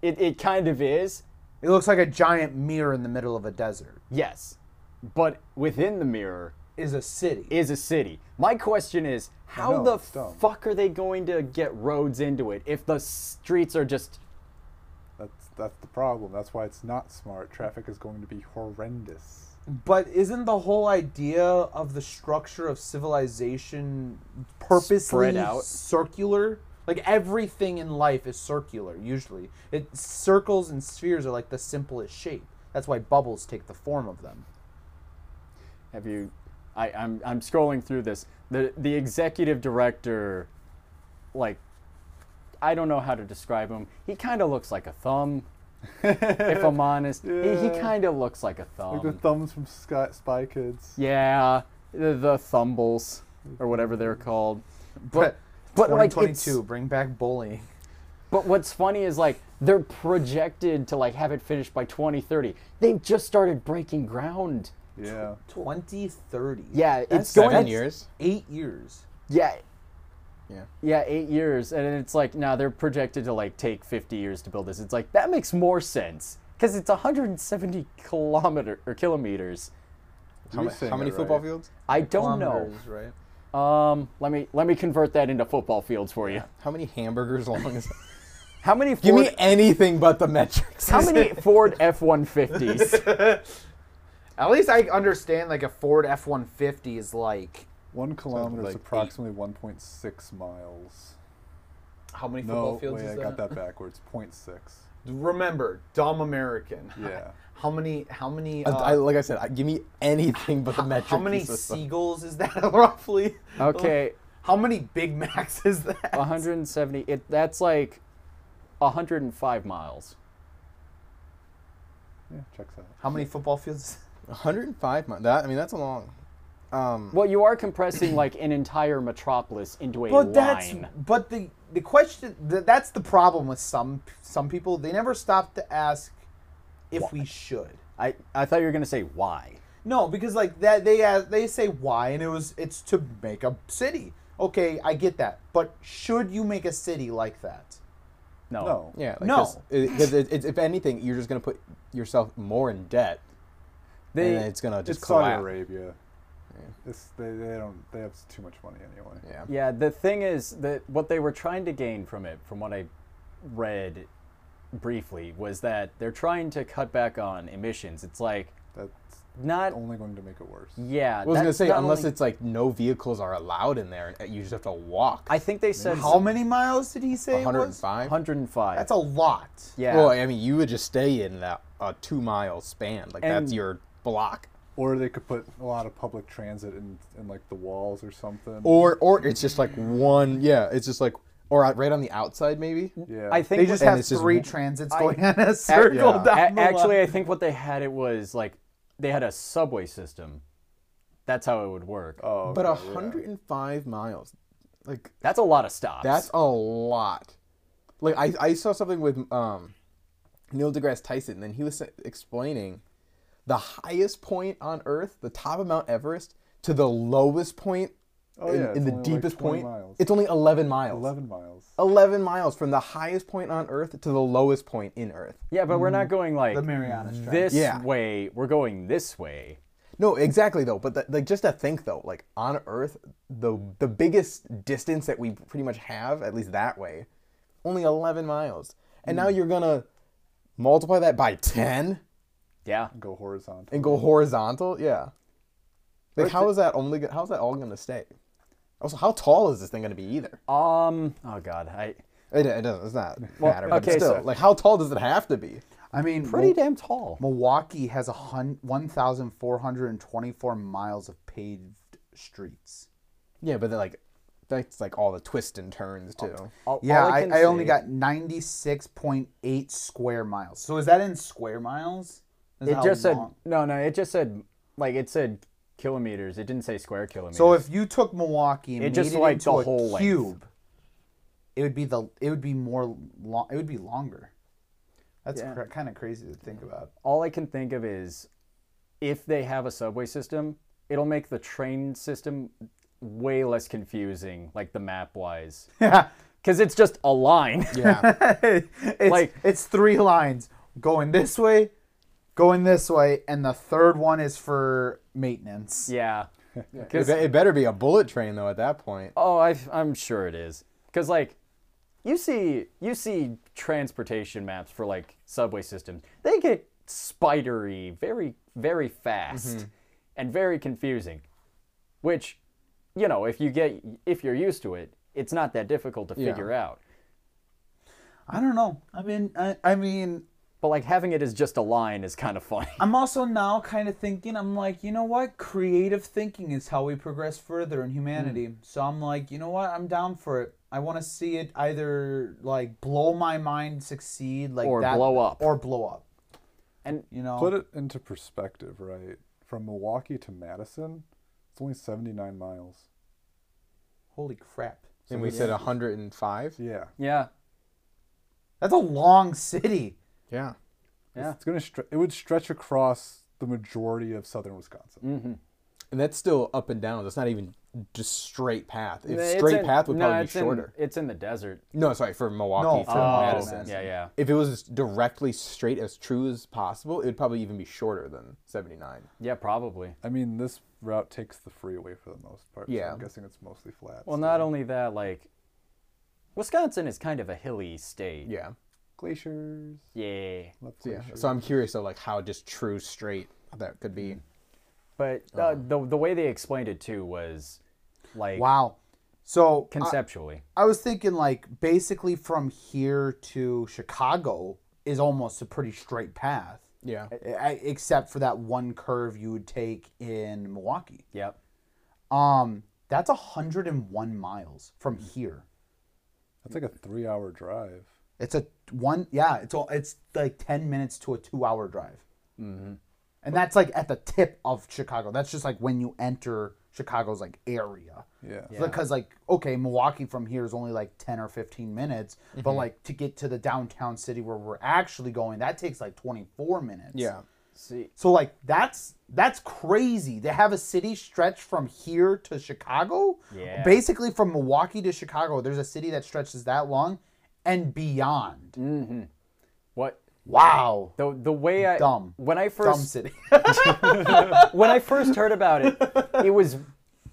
it, it kind of is,
It looks like a giant mirror in the middle of a desert.
Yes. But within the mirror
Is a city.
is a city. My question is, how
know,
the
it's dumb.
fuck are they going to get roads into it if the streets are just
That's that's the problem. That's why it's not smart. Traffic is going to be horrendous.
but isn't the whole idea of the structure of civilization purposely
Spread out?
circular? Like everything in life is circular usually. It circles and spheres are like the simplest shape. That's why bubbles take the form of them.
Have you? I, I'm I'm scrolling through this. The the executive director, like, I don't know how to describe him. He kind of looks like a thumb. if I'm honest, he, he
Yeah.
kind of looks like a thumb.
Like the thumbs from Sky, Spy Kids.
yeah, the, the thumbles or whatever they're called. But but
But
like it's-
22 bring back bullying.
But what's funny is like they're projected to like have it finished by 2030. They've just started breaking ground.
Yeah.
2030.
Yeah,
That's
it's going
seven
that's-
years.
8 years.
Yeah,
Yeah.
Yeah, eight years, and it's like now they're projected to like take fifty years to build this. It's like that makes more sense because it's one hundred and seventy kilometer or kilometers.
How,
You're
ma-
saying
how many
it
football
right.
fields?
I don't
Kilometers, right?
know. Um, let me let me convert that into football fields for you.
How many hamburgers long is that?
How many
Give
Ford?
me anything but the metrics.
how many Ford F one fifties?
At least I understand like a Ford F150 is like
One kilometer
like
is
eight.
approximately 1.6 miles.
how many
No, wait, I got that backwards. 0.6.
Remember, dumb American.
Yeah.
How many? How many?
I-
Uh,
I, like I said, I, give me anything but the metric.
how many
system.
seagulls is that roughly?
Okay,
How many Big Macs is that?
one hundred and seventy. It that's like one hundred and five miles.
Yeah, checks out.
How many football fields?
105 miles. That I mean, that's a long. Um,
Well, you are compressing like an entire metropolis into a
But
line.
that's but the the question th- that's the problem with some some people. They never stop to ask if we should.
I I thought you were gonna say why.
No, because like that they uh, they say why, and it was it's to make a city. Okay, I get that, but should you make a city like that?
No.
yeah, like
No.
Because it, it's if anything, you're just gonna put yourself more in debt,
They,
and then it's gonna just
It's Saudi
collapse.
Arabia. It's, they, they don't they have too much money anyway.
Yeah.
Yeah, the thing is that what they were trying to gain from it, from what I read briefly, was that they're trying to cut back on emissions. It's like
That's
not
only going to make it worse.
yeah.
I was gonna say unless it's like no vehicles are allowed in there, and you just have to walk.
I think they said
How many miles did he say? it was?
105.
105.
That's a lot.
yeah.
Well, I mean, you would just stay in that a two mile span. Like
And-
that's your block.
Or they could put a lot of public transit in, in like the walls or something.
Or or it's just like one. Yeah, it's just like or out- right on the outside maybe.
yeah.
I think
They just
what-
have
it's just
three
w-
transits
I-
going in a circle
yeah.
down
a-
the
actually
line.
I think what they had it was like they had a subway system. That's how it would work.
Oh,
But
okay, yeah.
105 miles, like
That's a lot of stops.
That's a lot. Like I, I saw something with um, Neil deGrasse Tyson, and he was explaining the highest point on Earth, the top of Mount Everest, to the lowest point
Oh,
in,
yeah, it's
in the
only like
deepest
20
point.
miles.
It's only 11 miles.
11 miles.
11 miles from the highest point on Earth to the lowest point in Earth.
yeah, but we're not going like
the Mariana Trench.
this
Yeah.
way. We're going this way.
No, exactly though. But the, like, just to think though, like on Earth, the the biggest distance that we pretty much have, at least that way, only eleven miles. And now you're gonna multiply that by ten
Yeah.
Go horizontal.
and go horizontal. Yeah. Like, how is that only? go- How is that all gonna stay? Also, how tall is this thing gonna be? Either
Um. Oh God. I.
it, it doesn't. It's not matter. but
okay,
still,
so-
like, how tall does it have to be?
I mean,
Pretty
Mil-
damn tall.
Milwaukee has a hun- 1,424 miles of paved streets.
Yeah, but then, like, that's like all the twists and turns too.
All-
Yeah,
all
I,
can
I, only
say-
got 96.8 square miles. So is that in square miles? Is
It
how
just said
long-
no, no. It just said like it said kilometers. It didn't say square kilometers.
So if you took Milwaukee and
It
made
just
it
like
into
the
a
whole length.
cube, it would be the it would be more long. It would be longer. That's
Yeah.
kind of crazy to think about.
all I can think of is if they have a subway system, it'll make the train system way less confusing, like the map wise, because it's just a line.
Yeah.
it's,
Like-
it's three lines. going this way, going this way, and the third one is for maintenance.
Yeah.
It,
'Cause-
be- it better be a bullet train though. At that point,
Oh, I, I'm sure it is. Cause like, you see, you see transportation maps for like subway systems. They get spidery very, very fast, and very confusing. Which, you know, if you get if you're used to it, it's not that difficult to
Yeah.
figure out.
I don't know. I mean, I, I mean,
But like having it as just a line is kind of funny.
I'm also now kind of thinking, I'm like, you know what? Creative thinking is how we progress further in
Hmm.
humanity. So I'm like, you know what? I'm down for it. I want to see it either like blow my mind, succeed, like
Or
that,
blow up.
or blow up.
And
You know,
Put it into perspective, right? From Milwaukee to Madison, it's only 79 miles.
holy crap!
and we said 105.
Yeah.
yeah,
That's a long city.
Yeah.
Yeah.
It's going to stre- it would stretch across the majority of southern Wisconsin.
Mm.
And that's still up and down. That's not even just straight path. If
It's
straight
in-
path would
no,
probably be
it's in-
shorter.
it's in the desert.
No, sorry, for
No,
Milwaukee
for
for
Oh,
Madison.
Madison.
yeah, yeah.
If it was directly straight as true as possible, it would probably even be shorter than 79.
Yeah, probably.
I mean, this route takes the freeway for the most part. So
Yeah.
I'm guessing it's mostly flat.
Well,
so-
not only that, like Wisconsin is kind of a hilly state.
Yeah.
glaciers.
Yeah.
Love
So, yeah.
glaciers.
So I'm curious though, like how just true straight that could be.
But uh, the the way they explained it too was like
Wow. So I-
conceptually.
I was thinking like basically from here to Chicago is almost a pretty straight path.
Yeah.
E- e- Except for that one curve you would take in Milwaukee.
yep.
Um, that's 101 miles from here.
That's like a three-hour drive.
It's a one, yeah, it's all, it's like 10 minutes to a two hour drive. Mm-hmm. And that's like at the tip of Chicago. That's just like when you enter Chicago's like area.
Yeah.
Because like, okay, Milwaukee from here is only like 10 or 15 minutes, but like to get to the downtown city where we're actually going, that takes like 24 minutes.
Yeah.
See,
So like that's that's crazy. They have a city stretch from here to Chicago.
Yeah.
Basically from Milwaukee to Chicago, there's a city that stretches that long and beyond.
Mm. what
Wow.
the the way I
Dumb.
when I
Dumb
first
city.
when I first heard about it, it was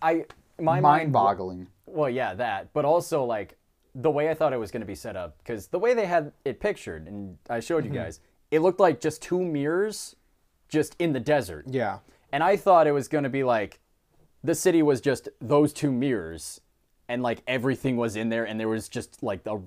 I my mind
Mind boggling.
Well, yeah, that, but also like the way I thought it was going to be set up because the way they had it pictured, and I showed you
Mm-hmm.
guys, it looked like just two mirrors, just in the desert.
Yeah.
And I thought it was going to be like the city was just those two mirrors and like everything was in there and there was just like a,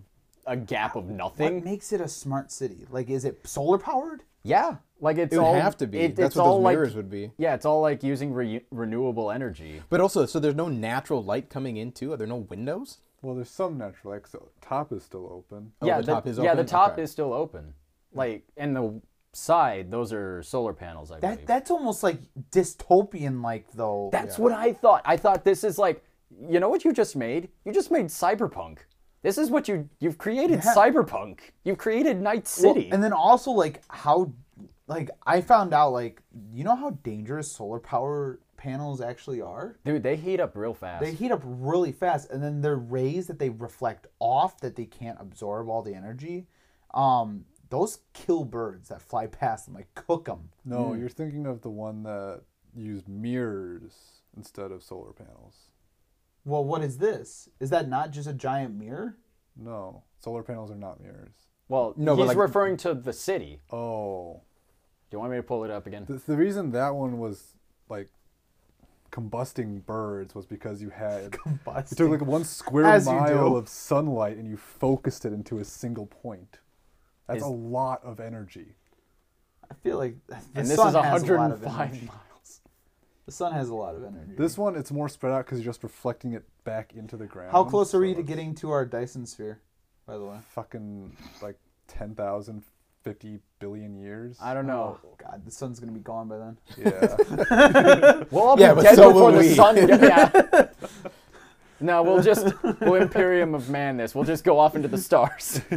a gap of
What
nothing.
makes it a smart city? Like is it solar powered?
Yeah. Like it's
It would
all
have to be.
it-
That's
it's
what those
all, like-
mirrors would be.
Yeah, it's all like using re- renewable energy.
But also, so there's no natural light coming in too. Are there no windows?
Well, there's some natural like so top is still open.
Oh,
yeah,
the top is
yeah, the
open?
top
Okay.
is still open. Like and the side, those are solar panels, I
That
believe.
that's almost like dystopian like though.
That's what I thought. I thought this is like, you know what you just made? You just made cyberpunk. This is what you you've created cyberpunk. You've created Night
Well,
City.
and then also like how like I found out like you know how dangerous solar power panels actually are?
Dude, they heat up real fast.
They heat up really fast, and then their rays that they reflect off that they can't absorb all the energy, um, those kill birds that fly past them, like cook them.
No,
Mm.
you're thinking of the one that used mirrors instead of solar panels.
Well, what is this? Is that not just a giant mirror?
No, solar panels are not mirrors.
well,
No, but
he's
like-
referring to the city.
Oh,
Do you want me to pull it up again?
the, the reason that one was like combusting birds was because you had you took like one square
As you do.
mile of sunlight and you focused it into a single point. That's a
Is-
lot of energy.
I feel like the
and this
sun
is
has a lot of
105
energy.
miles.
The sun has a lot of energy.
This one, it's more spread out because you're just reflecting it back into the ground.
How close are we
so
to
it's
getting to our Dyson sphere? By the way,
Fucking like 10,000, 50 billion years.
I don't know.
Oh, God, the sun's gonna be gone by then.
Yeah.
We'll all
Yeah,
be
but
dead
so will
before the
we.
sun. Yeah. no, we'll just we'll Imperium of Man this. We'll just go off into the stars.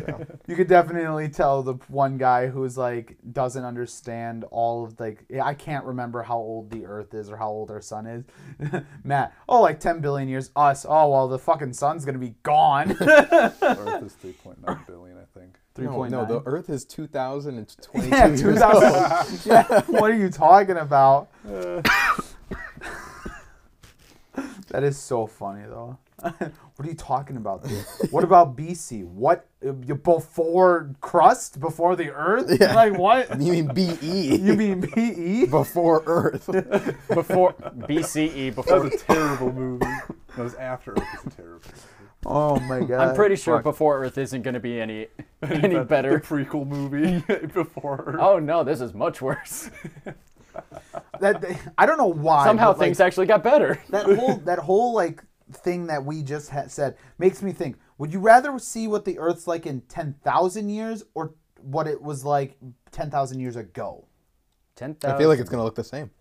You could definitely tell the one guy who's like doesn't understand all of like I can't remember how old the Earth is or how old our sun is. Matt, oh like ten billion years. Us, oh well the fucking sun's gonna be gone.
Earth is 3.9 billion, I think.
Three
no,
point
no,
nine.
the Earth is 2022
yeah,
years
two thousand. yeah, what are you talking about? that is so funny though. what are you talking about? Dude? What about BC? What uh, you- before crust? Before the Earth? Like what?
old. You mean BE
You mean BE?
before Earth?
Before BCE,
That
before
was a terrible movie. That was after Earth is a terrible. movie.
Oh my god!
I'm pretty sure
Fuck.
before Earth isn't going to be any any
That-
better.
The prequel movie before Earth.
Oh no, this is much worse.
that they- I don't know why.
Somehow
but, like,
things actually got better.
that whole that whole like thing that we just ha- said makes me think would you rather see what the earth's like in 10,000 years or what it was like 10,000 years ago
Ten thousand.
I feel like it's gonna look the same.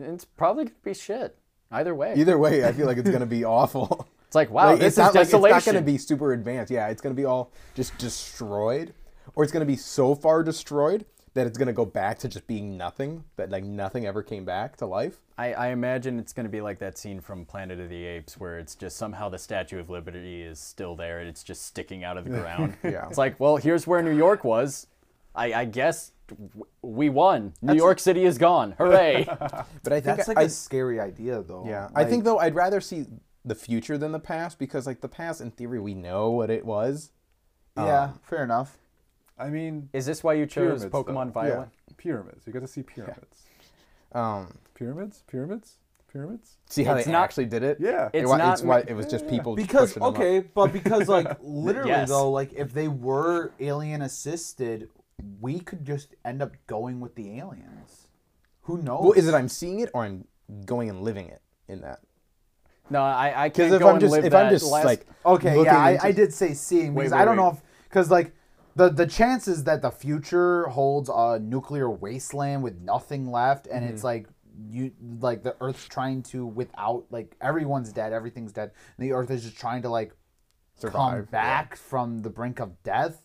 it's probably going to be shit. Either way,
Either way, I feel like it's gonna be awful.
it's like wow,
Like, it's
this is
not like it's
desolation.
not gonna be super advanced. Yeah, it's gonna be all just destroyed, or it's gonna be so far destroyed that it's gonna go back to just being nothing. That like nothing ever came back to life.
I, I imagine it's going to be like that scene from Planet of the Apes where it's just somehow the Statue of Liberty is still there and it's just sticking out of the ground.
Yeah.
It's like, well, here's where New York was. I, I guess w- we won. New York City is gone. Hooray.
But I think
that's
I-
like a
I-
scary idea though
Yeah,
Like,
I think though I'd rather see the future than the past because like the past in theory we know what it was. um,
yeah fair enough
I mean,
is this why you chose
pyramids. though.
Pokemon Violet?
Pyramids. You got to see pyramids.
Um,
Pyramids. Pyramids. Pyramids.
see how
It's
they
not-
actually did it?
Yeah.
It,
It's
wa-
not
it's why
ma-
it was just people
because
pushing them up.
okay but because like literally
Yes.
though like if they were alien assisted we could just end up going with the aliens who knows
Well, is it I'm seeing it or I'm going and living it in that?
No, I, I
Because
can't
if
go
I'm
and
just
live
if
that
I'm just
last-
like
Okay,
looking
yeah, I,
into-
I did say seeing because
wait,
I don't
wait.
know if because like the the chances that the future holds a nuclear wasteland with nothing left and
Mm-hmm.
it's like you like the Earth's trying to without like everyone's dead, everything's dead, and the Earth is just trying to like come
Survive, yeah. Mm-hmm.
back from the brink of death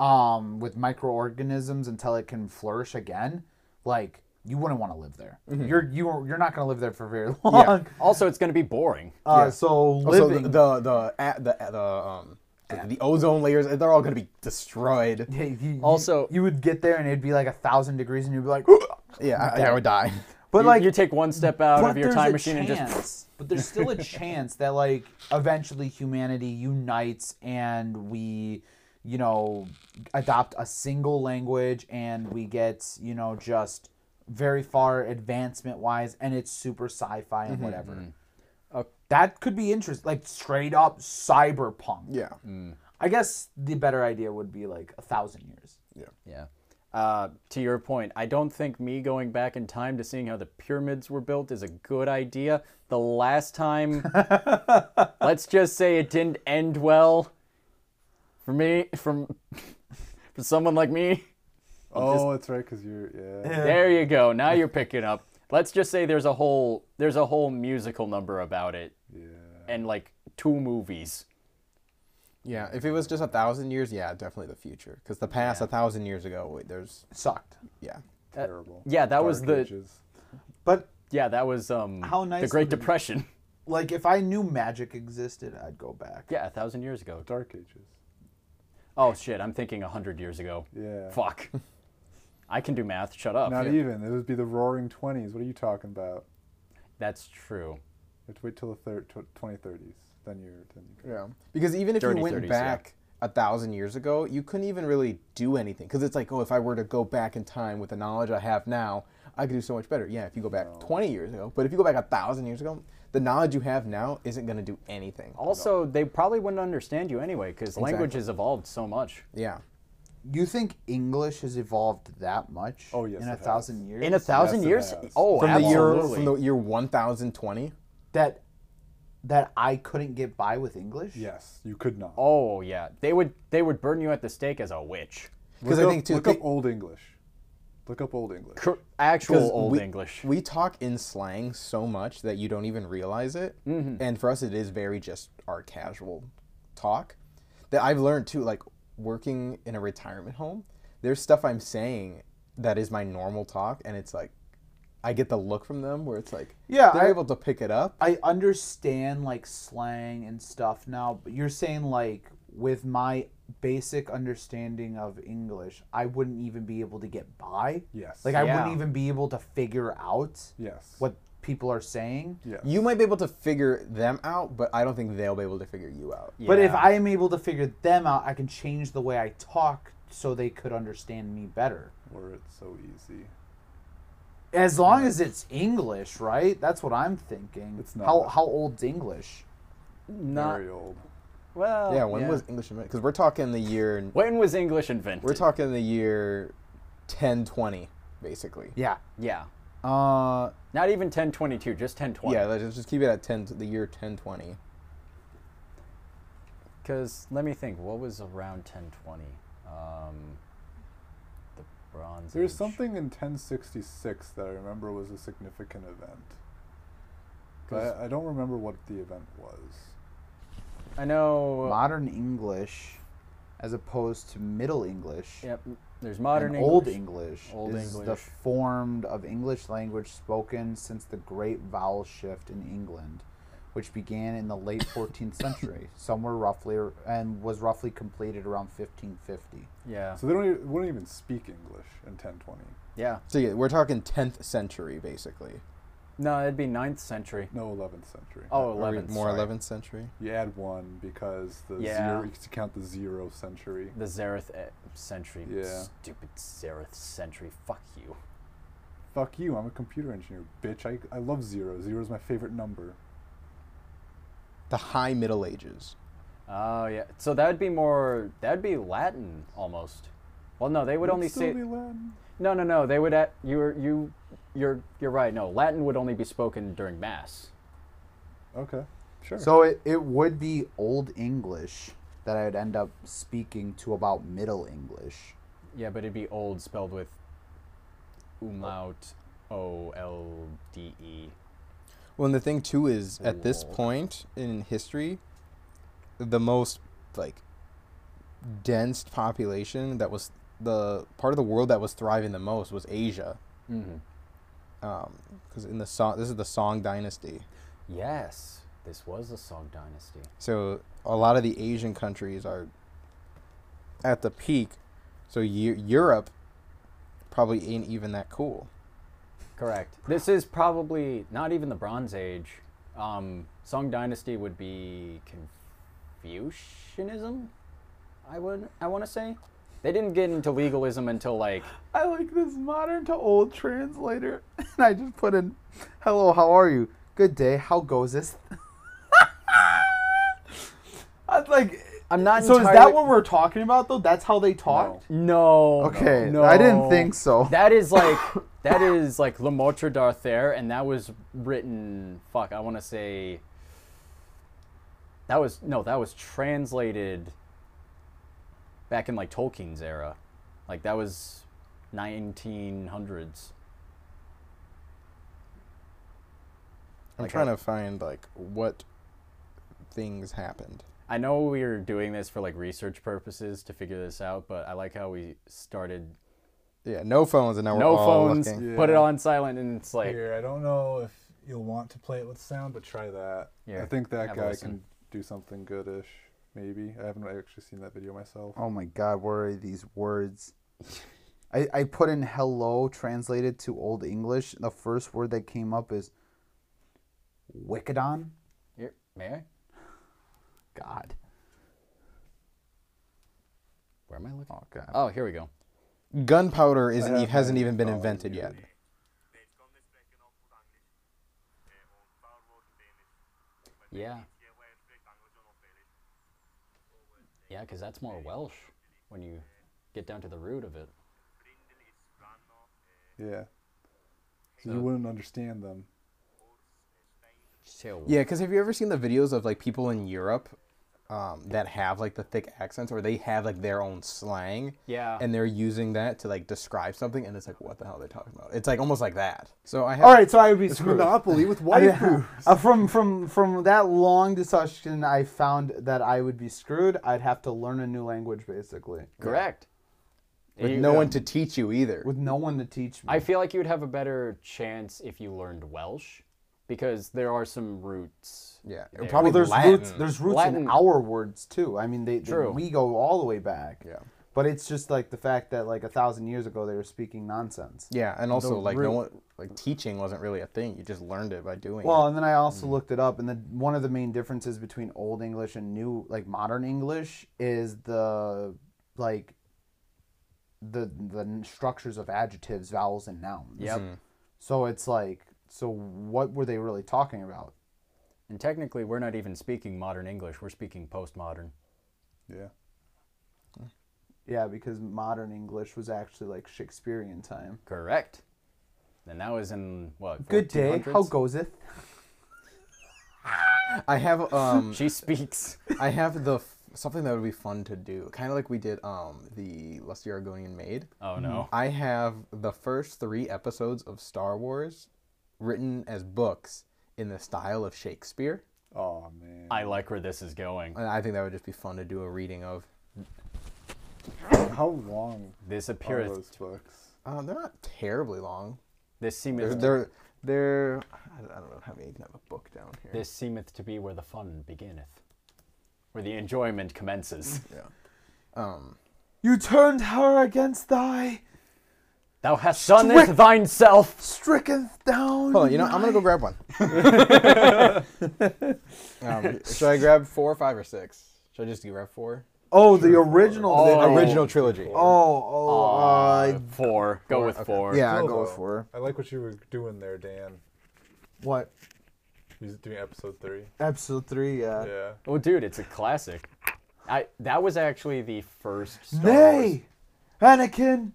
um, with microorganisms until it can flourish again. You're- you wouldn't want to live there.
Mm-hmm.
You're you are, you're not going to live there for very long.
also, it's going to be boring.
Uh, So
also
living.
Oh, the the the a- the, the um the, the ozone layers they're all gonna be destroyed.
Yeah, you- you-
Also-
you would get there and it'd be like a thousand degrees, and you'd be like,
Yeah, I, I would die.
but
You-
like,
you take one step out
but
of your
there's
time
a
machine and just
chance- but there's still a chance that like eventually humanity unites and we, you know, adopt a single language and we get you know just very far advancement wise, and it's super sci-fi
Mm-hmm,
and whatever. Uh, that could be interesting, like straight up cyberpunk.
Yeah.
Mm. I guess the better idea would be like a thousand years.
Yeah. Uh, to your point, I don't think me going back in time to seeing how the pyramids were built is a good idea. The last time, let's just say it didn't end well for me, from for someone like me.
Oh, that's right. Because you're. Yeah.
There you go. Now you're picking up. Let's just say there's a whole there's a whole musical number about it,
Yeah.
and like two movies.
Yeah, if it was just a thousand years, yeah, definitely the future. Because the past a thousand years ago, wait, there's
Sucked.
yeah,
Terrible.
yeah, that was
Dark
the-
Ages.
But
Yeah, that was um
How nice
the Great
would it be?
Depression.
like if I knew magic existed, I'd go back.
Yeah, a thousand years ago.
Dark Ages.
Oh shit, I'm thinking a hundred years ago.
Yeah.
Fuck. I can do math. Shut up.
Not
Yeah.
even. It would be the Roaring Twenties. What are you talking about?
That's true.
You have to wait till the thir- tw- 2030s. Then you're. Then you go.
yeah. Because even if
Dirty
you went
30s, yeah.
back a thousand years ago, you couldn't even really do anything. Because it's like, oh, if I were to go back in time with the knowledge I have now, I could do so much better. Yeah, if you go back twenty years ago, but if you go back a thousand years ago, the knowledge you have now isn't going to do anything.
Also, they probably wouldn't understand you anyway because language has evolved so much.
Yeah.
You think English has evolved that much?
Oh, yes,
in
it
a
has.
thousand years.
In a thousand
Yes, it
years?
has.
Oh,
From the year
absolutely.
from the year one thousand twenty.
that that I couldn't get by with English.
Yes, you could not.
oh yeah, they would they would burn you at the stake as a witch.
Because I
Look up-
think too.
Look
thi-
up Old English. Look up Old English.
Cor- Actual
'Cause
old
we-
English.
We talk in slang so much that you don't even realize it. And for us, it is very just our casual talk. That I've learned too, like working in a retirement home, there's stuff I'm saying that is my normal talk. And it's like, I get the look from them where it's like,
Yeah,
they're
I-
able to pick it up.
I understand like slang and stuff now, but you're saying like with my basic understanding of English, I wouldn't even be able to get by.
Yes.
Like I wouldn't
Yeah.
even be able to figure out
yes.
what people are saying.
Yes.
You might be able to figure them out, but I don't think they'll be able to figure you out.
But if
Yeah.
I am able to figure them out, I can change the way I talk so they could understand me better.
Were it so easy.
As long as it's English, right? That's what I'm thinking.
It's not.
How how old's English?
Not
Very old.
well.
Yeah, when was English invented? Because we're talking the year
when was English invented?
we're talking the year 1020 basically.
Yeah.
Yeah,
Uh
not even 1022, just 1020.
yeah, let's just keep it at 10 the year 1020.
Because let me think, what was around 1020? Um, the Bronze
There's
Age.
something in 1066 that I remember was a significant event. But
'Cause-
I, I don't remember what the event was.
I know.
Modern English as opposed to Middle English.
yep. There's
and
modern English.
Old English
Old
is the
English.
formed of English language spoken since the Great Vowel Shift in England, which began in the late 14th century, somewhere roughly, ar- and was roughly completed around 1550.
Yeah.
So they don't even, wouldn't even speak English in 1020.
yeah.
So yeah, we're talking 10th century basically.
No, it'd be 9th century.
No, 11th century.
Oh,
Or we-
11th.
more
sorry.
11th century.
You add one because the
Yeah.
zero, you can count the zero century.
The Zareth eh, century.
Yeah.
Stupid Zareth century. Fuck you.
Fuck you, I'm a computer engineer, bitch. I, I love zero. Zero is my favorite number.
The high middle ages.
Oh yeah. So that would be more. That'd be Latin almost. Well, no, they would
Would it
only
still
say.
be Latin?
No, no, no. They would. At, you're you. You're you're right. No, Latin would only be spoken during mass.
Okay, sure.
So it, it would be Old English that I would end up speaking to about Middle English.
Yeah, but it'd be old spelled with Oh. umlaut O L D E.
Well, and the thing too is at this
Lol.
point in history, the most like dense population that was the part of the world that was thriving the most was Asia.
Mhm.
Because in the song, this is the Song Dynasty,
Yes, this was the Song Dynasty.
so a lot of the Asian countries are at the peak. So Eu- Europe probably ain't even that cool.
Correct. This is probably not even the Bronze Age. Um, Song Dynasty would be Confucianism. I would. I want to say they didn't get into legalism until like
I like this modern to old translator. And I just put in, hello, how are you? Good day, how goes this? I was like,
I'm not
So is
entirely-
that what we're talking about though? That's how they talked?
no.
Okay,
no.
I didn't think so.
That is like that is like Le Motre d'Arthur, and that was written. Fuck, I want to say. That was no, that was translated. Back in like Tolkien's era, like that was, nineteen hundreds.
I'm
Like,
trying
I-
to find like what things happened.
I know we were doing this for like research purposes to figure this out, but I like how we started
Yeah, no phones, and now we're
no
all
phones,
looking.
put it
Yeah.
on silent, and it's like
Here, I don't know if you'll want to play it with sound, but try that.
Yeah,
I think that
have a
guy
listen.
can do something goodish. Maybe I haven't actually seen that video myself.
Oh my god, what are these words? I, I put in hello translated to Old English. The first word that came up is Wickedon.
Here, may I?
God.
Where am I looking?
Oh god.
Oh, here we go.
Gunpowder isn't
I
e-
have
hasn't
my
even been
phone
invented yet.
here.
Yeah. Yeah, because that's more Welsh when you get down to the root of it.
Yeah. So
So-
you wouldn't understand them.
So,
Yeah, because have you ever seen the videos of like people in Europe um, that have like the thick accents, or they have like their own slang?
Yeah.
and they're using that to like describe something, and it's like, what the hell are they talking about? It's like almost like that. So I have.
All right, so I would be screwed.
Monopoly with
I-
waifus.
uh, from from from that long discussion, I found that I would be screwed. I'd have to learn a new language basically
correct.
With
You-
no one to teach you either.
with no one to teach me.
I feel like you would have a better chance if you learned Welsh because there are some roots.
Yeah, it
there.
probably-
well, there's
Latin.
roots. There's roots in
Latin.
our words too. I mean, they, they-
True.
we go all the way back.
Yeah.
But it's just like the fact that like a thousand years ago they were speaking nonsense.
Yeah, and also like no
root-
one like teaching wasn't really a thing. You just learned it by doing.
Well,
it.
and then I also looked it up, and the one of the main differences between Old English and New, like modern English, is the like the the n- structures of adjectives, vowels, and nouns.
Yep.
So it's like, so what were they really talking about?
And technically, we're not even speaking modern English. We're speaking postmodern.
Yeah.
Yeah, because modern English was actually like Shakespearean time.
Correct. And that was in what?
Good day. How
1400s?
goes it?
I have um,
She speaks.
I have the f- something that would be fun to do, kind of like we did um the Lusty Argonian Maid.
Oh no.
I have the first three episodes of Star Wars written as books in the style of Shakespeare,
Oh man.
I like where this is going.
and I think that would just be fun to do a reading of.
How long
This
are
appearance.
those books?
Uh, they're not terribly long.
This
They're
seemeth.
they're, they're I don't- I don't know how many I can have a book down here.
This seemeth to be where the fun beginneth, where the enjoyment commences.
Yeah. Um.
You turned her against thy,
Thou hast done it thine self.
stricken down.
Hold on, you know, I'm gonna go grab one. um, should I grab four, five, or six? Should I just grab four?
Oh, the original.
The
Oh,
original trilogy.
Oh, oh, uh,
four. Go with
okay.
four.
yeah, I
Cool,
go
though.
for
I like what you were doing there, Dan.
what?
He's doing episode three.
Episode three. Yeah.
Yeah.
Oh, dude, it's a classic. I that was actually the first. Star Wars-
Nay, Anakin,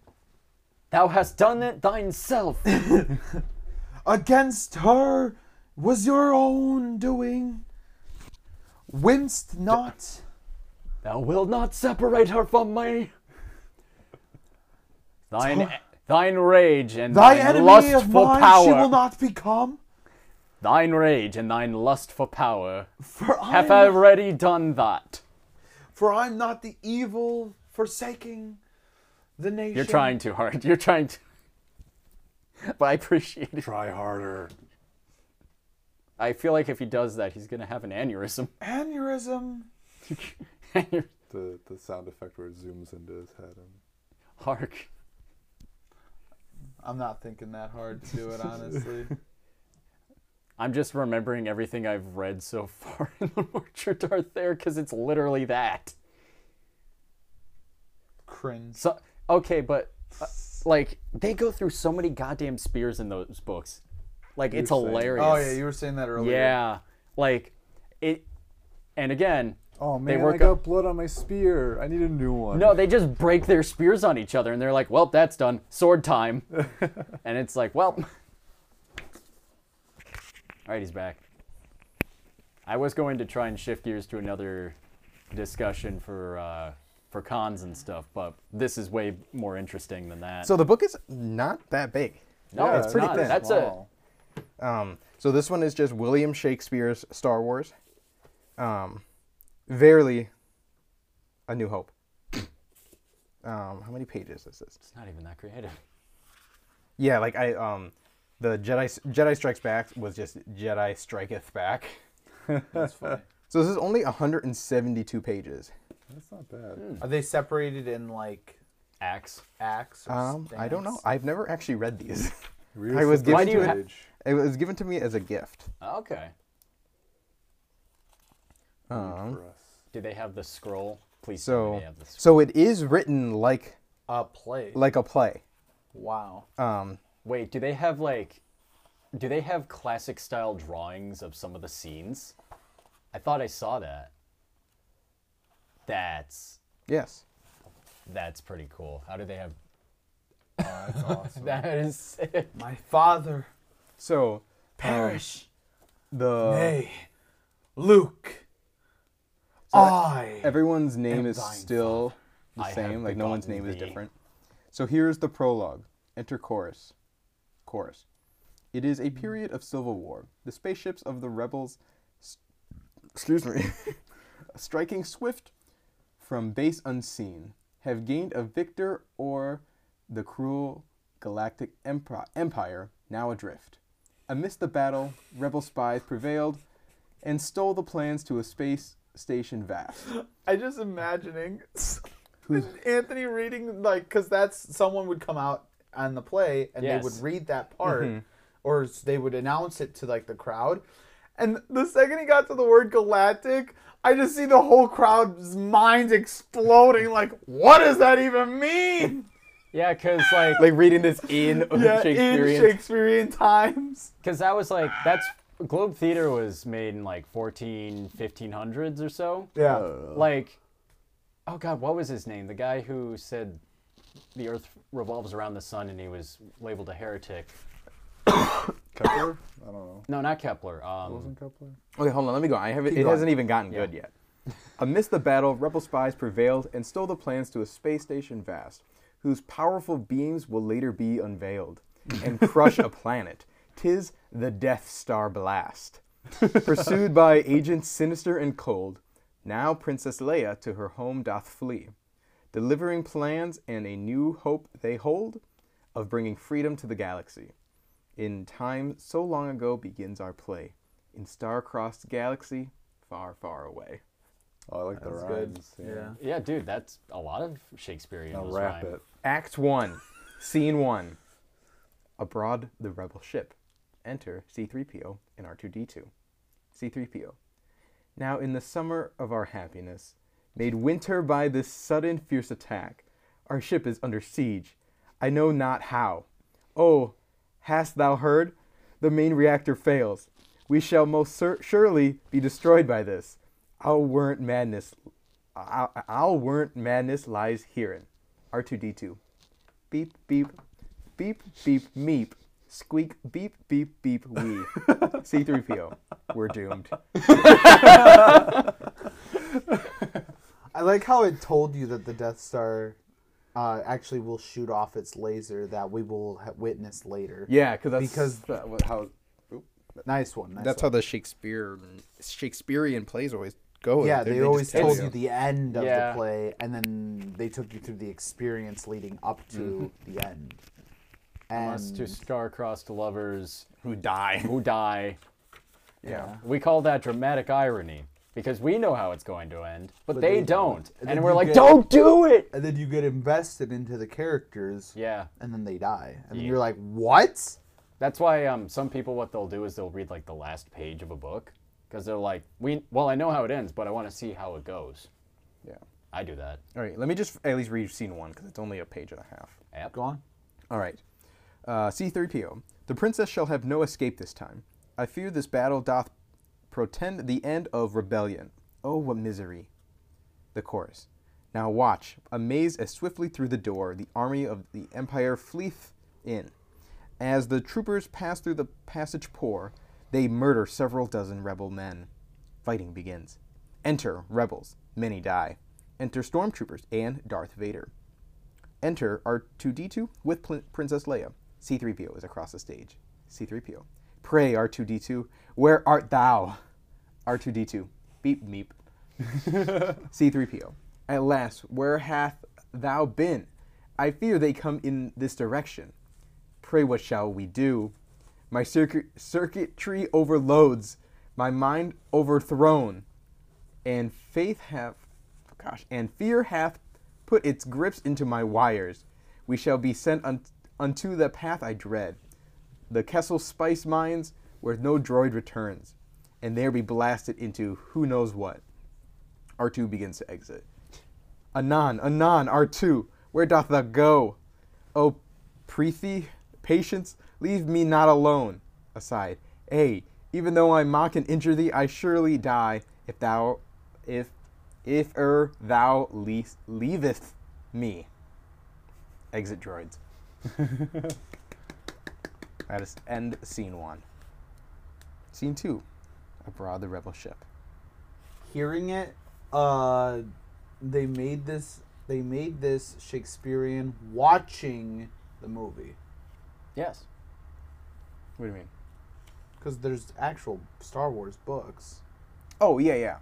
Thou hast done it thine self.
against her was your own doing. Winced not.
Thou wilt not separate her from me. Thine, thine rage and
Thy
thine
enemy
lust
of
for
mine
power.
she will not become.
Thine rage and thine lust for power
For
have
I'm,
already done that.
for I'm not the evil forsaking the nation.
You're trying too hard. You're trying to. But I appreciate it.
Try harder.
I feel like if he does that, he's gonna have an aneurysm.
Aneurysm.
The the sound effect where it zooms into his head and
Hark.
I'm not thinking that hard to do it, honestly.
I'm just remembering everything I've read so far in the Orchard Art there because it's literally that.
Cringe.
So okay, but uh, like they go through so many goddamn spears in those books. Like it's
saying-
hilarious.
Oh yeah, you were saying that earlier.
Yeah, like it. And again,
Oh man,
work
I got
up-
blood on my spear. I need a new one.
no, they just break their spears on each other, and they're like, "Well, that's done. Sword time." and it's like, "Well, all right, he's back." I was going to try and shift gears to another discussion for uh, for cons and stuff, but this is way more interesting than that.
So the book is not that big.
no,
Yeah,
it's pretty not.
thin.
That's
Wow.
Um, so this one is just William Shakespeare's Star Wars. Um, verily, A New Hope. Um, how many pages is this?
a not even that creative.
Yeah, like I um, the Jedi Jedi Strikes Back was just Jedi Striketh Back.
that's funny.
So this is only 172 pages.
That's not bad.
Are they separated in like
Axe.
acts? Or
Um, I don't know.
stands?
I've never actually read these.
Read
I was given
something on
do you
to
the
ha-
it,
page.
it was given to me as a gift.
Okay.
Um,
for us.
Do they have the scroll? Please tell me
so
they have the scroll.
so it is written like
A play.
like a play.
wow.
Um,
Wait, do they have like do they have classic style drawings of some of the scenes? I thought I saw that. That's
yes.
that's pretty cool. How do they have
Oh, that's awesome.
that is sick.
My father
So um,
perish.
the
Nay, Luke. I.
everyone's name
am
is
thine
still
I
the
have
same. Like no one's
begotten
name is
thee.
different. So here's the prologue. Enter chorus. Chorus. It is a period of civil war. The spaceships of the rebels, s- excuse me, striking swift from base unseen, have gained a victor or the cruel galactic empi- empire now adrift. Amidst the battle, rebel spies prevailed and stole the plans to a space station vast.
I just imagining Anthony reading like because that's someone would come out on the play and they
Yes.
would read that part
Mm.
or s- they would announce it to like the crowd, and the second he got to the word galactic, I just see the whole crowd's minds exploding like what does that even mean?
Yeah, because like,
Like reading this in
Yeah,
Shakespearean.
in Shakespearean times.
because that was like that's Globe Theater was made in like 14, 1500s or so.
Yeah.
Like, oh god, what was his name? The guy who said the Earth revolves around the sun, and he was labeled a heretic.
Kepler? I don't know.
No, not Kepler. Um,
Wasn't Kepler?
Okay, hold on. Let me go. I haven't. It
going.
hasn't even gotten good yet. Amidst the battle, rebel spies prevailed and stole the plans to a space station vast, whose powerful beams will later be unveiled and crush a planet. Tis the Death Star blast, pursued by agents sinister and cold. Now Princess Leia to her home doth flee, delivering plans and a new hope they hold of bringing freedom to the galaxy. In time so long ago begins our play, in star-crossed galaxy far, far away.
Oh, I like the rhymes. Yeah.
yeah, dude, that's a lot of Shakespearean.
Now
was
wrap
rhyme.
it.
Act one, Scene one. Abroad the rebel ship. Enter C3PO and R2D2. C3PO. Now, in the summer of our happiness, made winter by this sudden fierce attack, our ship is under siege. I know not how. Oh, hast thou heard? The main reactor fails. We shall most cer- surely be destroyed by this. I'll warrant madness. I'll, I'll warrant madness lies herein. R2D2. Beep, beep, beep, beep, meep. Squeak, beep, beep, beep, wee. C3PO. We're doomed.
I like how it told you that the Death Star uh, actually will shoot off its laser that we will ha- witness later.
Yeah, cause that's
Because-
that wa- how
Nice one. Nice
that's
one.
how the Shakespeare Shakespearean plays always go.
Yeah, they, always
just tell
told you the end of
Yeah.
the play, and then they took you through the experience leading up to
Mm-hmm.
the end. And
Us two star-crossed lovers
who die.
who die.
Yeah.
We call that dramatic irony because we know how it's going to end, but, they,
they
don't.
don't.
And,
And then
we're
you
like,
get-
don't do it.
and then you get invested into the characters,
Yeah.
and then they die, and then
Yeah.
you're like, "What?
That's why um, some people, what they'll do is they'll read like the last page of a book because they're like, we, well, I know how it ends, but I want to see how it goes.
Yeah.
I do that.
All right, let me just at least read scene one because it's only a page and a half.
Yep.
Go on."
All right. Uh, C3PO. The princess shall have no escape this time. I fear this battle doth portend the end of rebellion. Oh, what misery. The chorus. Now watch, amazed as swiftly through the door, the army of the Empire fleeth in. As the troopers pass through the passage pour, they murder several dozen rebel men. Fighting begins. Enter rebels. Many die. Enter stormtroopers and Darth Vader. Enter R2D2 with Pl- Princess Leia. C3PO is across the stage. C3PO. Pray, R2D2, where art thou? R2D2. Beep meep. C3PO. At last, where hath thou been? I fear they come in this direction. Pray, what shall we do? My circuit circuitry overloads, my mind overthrown, and faith hath, gosh, and fear hath put its grips into my wires. We shall be sent un- unto the path I dread, the Kessel spice mines where no droid returns, and there be blasted into who knows what. R2 begins to exit. Anon, anon, R2, where doth thou go? O Preethi, patience, leave me not alone. Aside, ay, even though I mock and injure thee, I surely die if thou, if, if er thou le- leavest me. Exit droids. that is end scene one. Scene two, abroad the rebel ship.
hearing it uh they made this they made this shakespearean watching the movie
Yes.
What do you mean?
because there's actual star wars books
Oh yeah, yeah,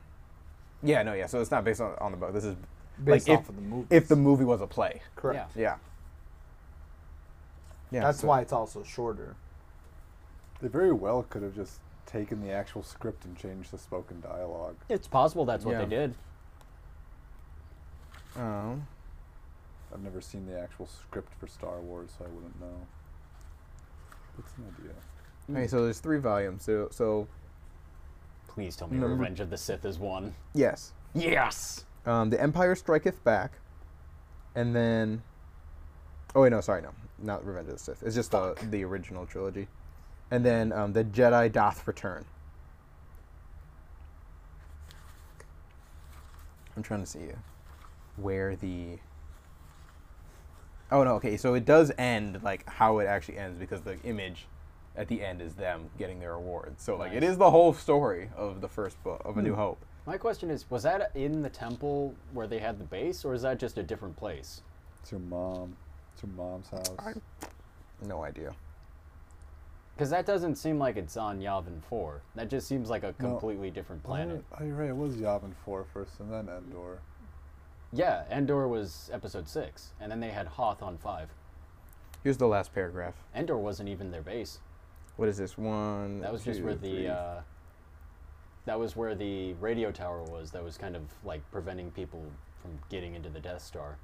yeah. No, yeah. So it's not based on, on the book. This is
based
like
off
if,
of the movie
if the movie was a play.
correct
Yeah.
Yeah. Yeah.
that's
so-
why it's also shorter
They very well could have just taken the actual script and changed the spoken dialogue.
It's possible that's what
Yeah.
they did.
Oh.
I've never seen the actual script for Star Wars, so I wouldn't know. It's an idea.
Okay, so there's three volumes. So, so
Please tell me
Number-
Revenge of the Sith is one.
yes,
Yes.
um, the Empire striketh back, and then. Oh wait, no, sorry, no, not Revenge of the Sith. It's just the the original trilogy, and then um, the Jedi doth return. I'm trying to see where the. Oh no, okay, so it does end like how it actually ends because the image at the end is them getting their award. So like it
Nice.
is the whole story of the first book of A New Hope.
My question is, was that in the temple where they had the base, or is that just a different place?
It's your mom. It's your mom's house.
No idea.
Because that doesn't seem like it's on Yavin 4. That just seems like a completely different planet.
Oh, you're right. It was Yavin 4 first, and then Endor.
Yeah, Endor was episode 6, and then they had Hoth on 5.
Here's the last paragraph.
Endor wasn't even their base.
What is this one?
That was just
two,
where the
three.
uh, that was where the radio tower was. That was kind of like preventing people from getting into the Death Star.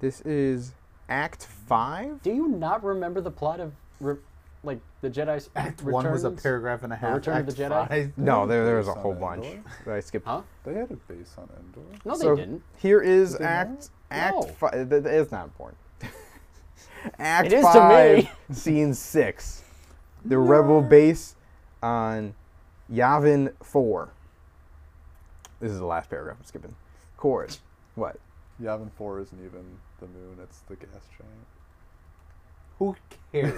This is Act Five.
Do you not remember the plot of re- like the Jedi's
Act one was a
Returns?
paragraph and a half.
Return of
Act
the Jedi?
five-
No, there there
There
was a
was
whole
some
bunch
Andor.
that I skipped.
Huh?
They had a base on Endor.
No,
So,
they didn't.
Here is
they
Act Act
No.
Five. It's not important. act
It is to
Five,
me.
Scene Six, the Rebel base on Yavin Four. This is the last paragraph I'm skipping. Chorus. What?
Yavin 4 isn't even the moon, it's the gas giant.
Who cares?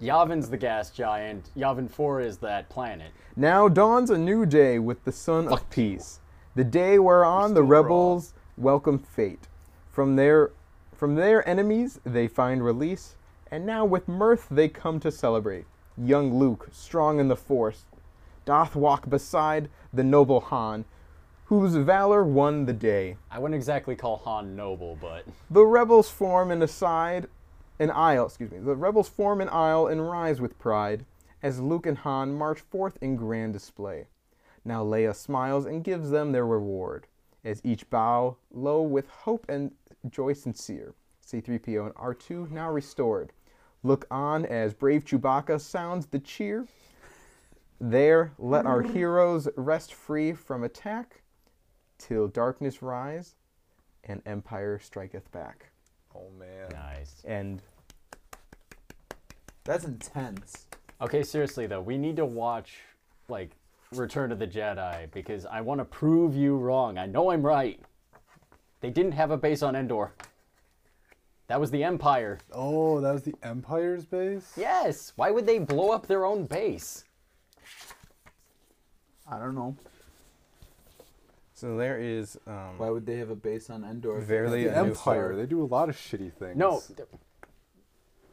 Yavin's the gas giant. Yavin 4 is that planet.
Now dawns a new day with the sun of peace, the day whereon the rebels welcome fate. From their from their enemies they find release, and now with mirth they come to celebrate. Young Luke, strong in the force, doth walk beside the noble Han, whose valor won the day.
I wouldn't exactly call Han noble, but
The rebels form an aside, an aisle. Excuse me. The rebels form an aisle and rise with pride as Luke and Han march forth in grand display. Now Leia smiles and gives them their reward as each bow low with hope and joy sincere. C-3PO and R2 now restored. Look on as brave Chewbacca sounds the cheer. There, let our heroes rest free from attack till darkness rise and empire striketh back.
Oh, man.
nice.
And
That's intense.
Okay, seriously though, we need to watch like Return of the Jedi because I want to prove you wrong. I know I'm right. They didn't have a base on Endor. That was the Empire.
Oh, that was the Empire's base?
Yes. Why would they blow up their own base?
I don't know.
so there is um,
Why would they have a base on Endor? if
Verily
they
The
a
have-
new
Empire.
hope.
They do a lot of shitty things.
No. th-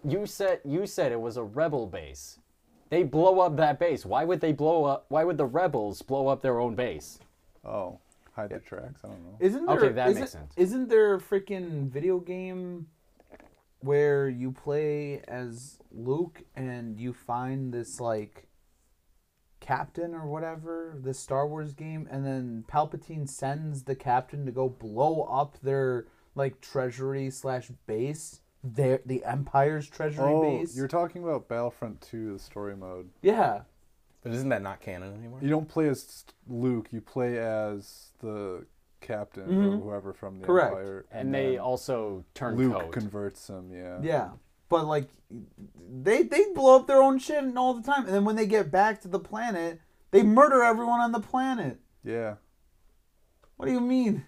You said you said it was a rebel base. They blow up that base. Why would they blow up? Why would the rebels blow up their own base?
Oh, hide the tracks? I don't know.
Isn't there,
Okay, that
isn't-
makes sense.
Isn't there a freaking video game where you play as Luke and you find this like captain or whatever, this Star Wars game, and then Palpatine sends the captain to go blow up their like treasury slash base, their the Empire's treasury
oh,
base.
you're talking about Battlefront 2, the story mode.
yeah.
But isn't that not canon anymore?
You don't play as Luke, you play as the captain or whoever from the
Mm-hmm. Correct.
Empire.
And, they
then
also turn
Luke
code.
converts him, yeah.
Yeah. But like they they blow up their own shit and all the time and then when they get back to the planet, they murder everyone on the planet.
Yeah.
What do you mean?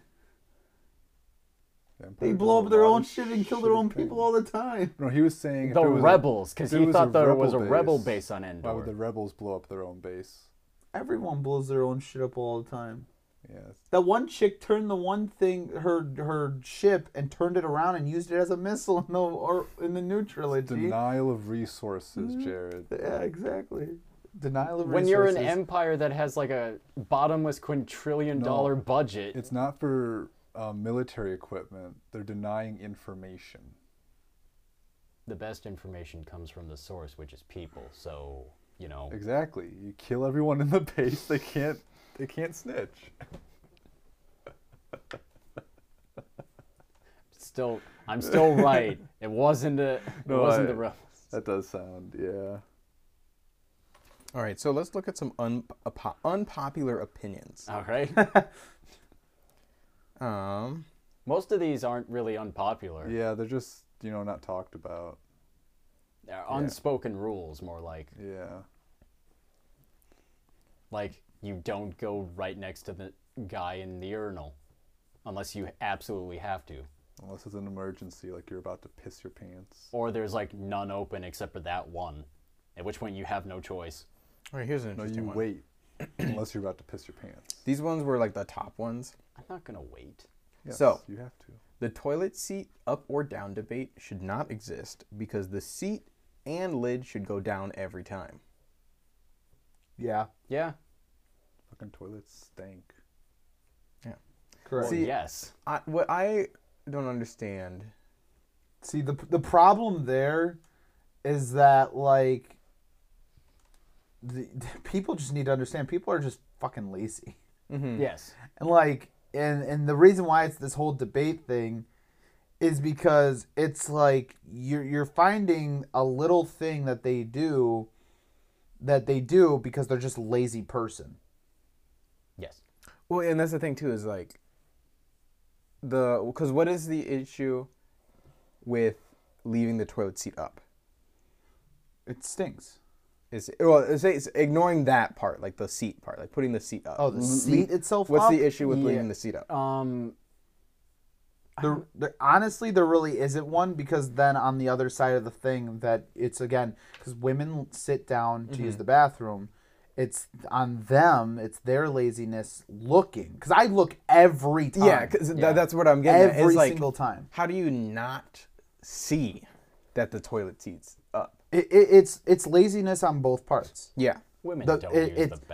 The Empire
They
does
blow
a
up their
lot
own
of
shit and kill their
shitty
own people
things.
all the time.
No, he was saying if
the
it was a-
rebels, because
if it
he
was
thought
a
there
rebel
was a rebel
base,
base on Endor.
Why would the rebels blow up their own base?
Everyone blows their own shit up all the time.
Yeah,
That one chick turned the one thing her her ship and turned it around and used it as a missile in the or in the new trilogy.
denial of resources, Jared.
yeah, exactly. Denial of
when you're an
resources.
empire that has like a bottomless quintillion dollar budget,
It's not for uh, military equipment. They're denying information.
the best information comes from the source, which is people. So you know.
Exactly. You kill everyone in the base. They can't. They can't snitch.
Still, I'm still right. It wasn't a, it
No,
wasn't
I-
the rebels.
That does sound. Yeah.
All right, so let's look at some un- apo- unpopular opinions.
All right.
Um,
Most of these aren't really unpopular.
Yeah. They're just you know not talked about.
They're unspoken rules, more like
Yeah.
like you don't go right next to the guy in the urinal, unless you absolutely have to.
Unless it's an emergency, like you're about to piss your pants.
Or there's like none open except for that one, at which point you have no choice.
all right, here's an
No,
interesting
you
one.
wait. unless you're about to piss your pants.
These ones were like the top ones.
I'm not gonna wait.
Yes,
So-
you have to.
The toilet seat up or down debate should not exist because the seat and lid should go down every time.
Yeah,
Yeah.
Fucking toilets stank.
Yeah.
correct.
Or
See,
See-
yes.
I, what I don't understand.
see the the problem there is that like the people just need to understand people are just fucking lazy. hmm.
Yes.
And like and and the reason why it's this whole debate thing is because it's like you're you're finding a little thing that they do that they do because they're just a lazy person.
Yes.
Well, and that's the thing too is like the because what is the issue with leaving the toilet seat up?
It stinks.
Is well, it's, it's ignoring that part, like the seat part, like putting the seat up.
Oh, the
Le-
seat itself
Mm-hmm. What's
up? Oh,
the issue with
Yeah.
leaving the seat up?
Um.
There, there, honestly, there really isn't one because then on the other side of the thing that it's again because women sit down to
Mm-hmm.
use the bathroom, it's on them. It's their laziness looking because I look every time.
Yeah, because
Yeah.
that's what I'm getting. at, is,
every
like,
single time.
How do you not see that the toilet seat's up?
It, it, it's it's laziness on both parts.
Yeah.
Women
The-
don't
it-
use the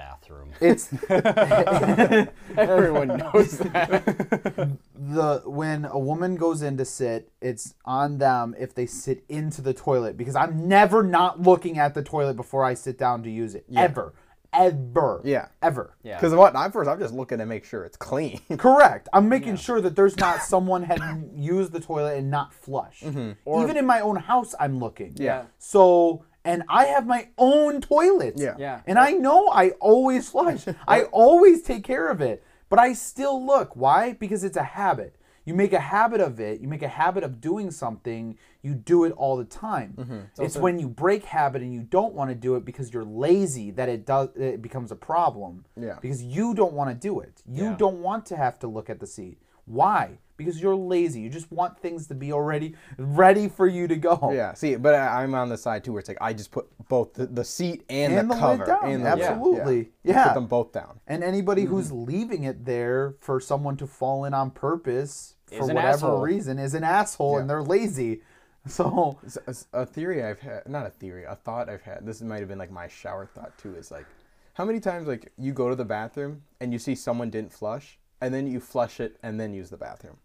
it's-
bathroom.
It's
Everyone knows that.
the when a woman goes in to sit, it's on them if they sit into the toilet because I'm never not looking at the toilet before I sit down to use it ever, ever,
Yeah.
ever.
Yeah.
Because what? I'm first. I'm just looking to make sure it's clean.
Correct. I'm making sure that there's not someone had used the toilet and not flushed. Even in my own house, I'm looking.
Yeah.
So, and I have my own toilet.
Yeah.
Yeah.
And I know I always flush. I always take care of it, but I still look. Why? Because it's a habit. You make a habit of it. You make a habit of doing something. You do it all the time. It's, when you break habit and you don't want to do it because you're lazy that it does. It becomes a problem.
Yeah.
Because you don't want to do it. You
Yeah.
don't want to have to look at the seat. Why? Because you're lazy. You just want things to be already ready for you to go.
yeah. See, but I, I'm on the side too, where it's like I just put both the, the seat and,
And
the,
the lid
cover
down,
and the lid.
absolutely.
You
Yeah.
Put them both down.
And anybody
Mm-hmm.
who's leaving it there for someone to fall in on purpose for
Is an
whatever
asshole.
reason is an asshole and they're lazy. So
It's a- it's A theory I've had, not a theory, a thought I've had. This might have been like my shower thought too. Is like, how many times like you go to the bathroom and you see someone didn't flush, and then you flush it and then use the bathroom.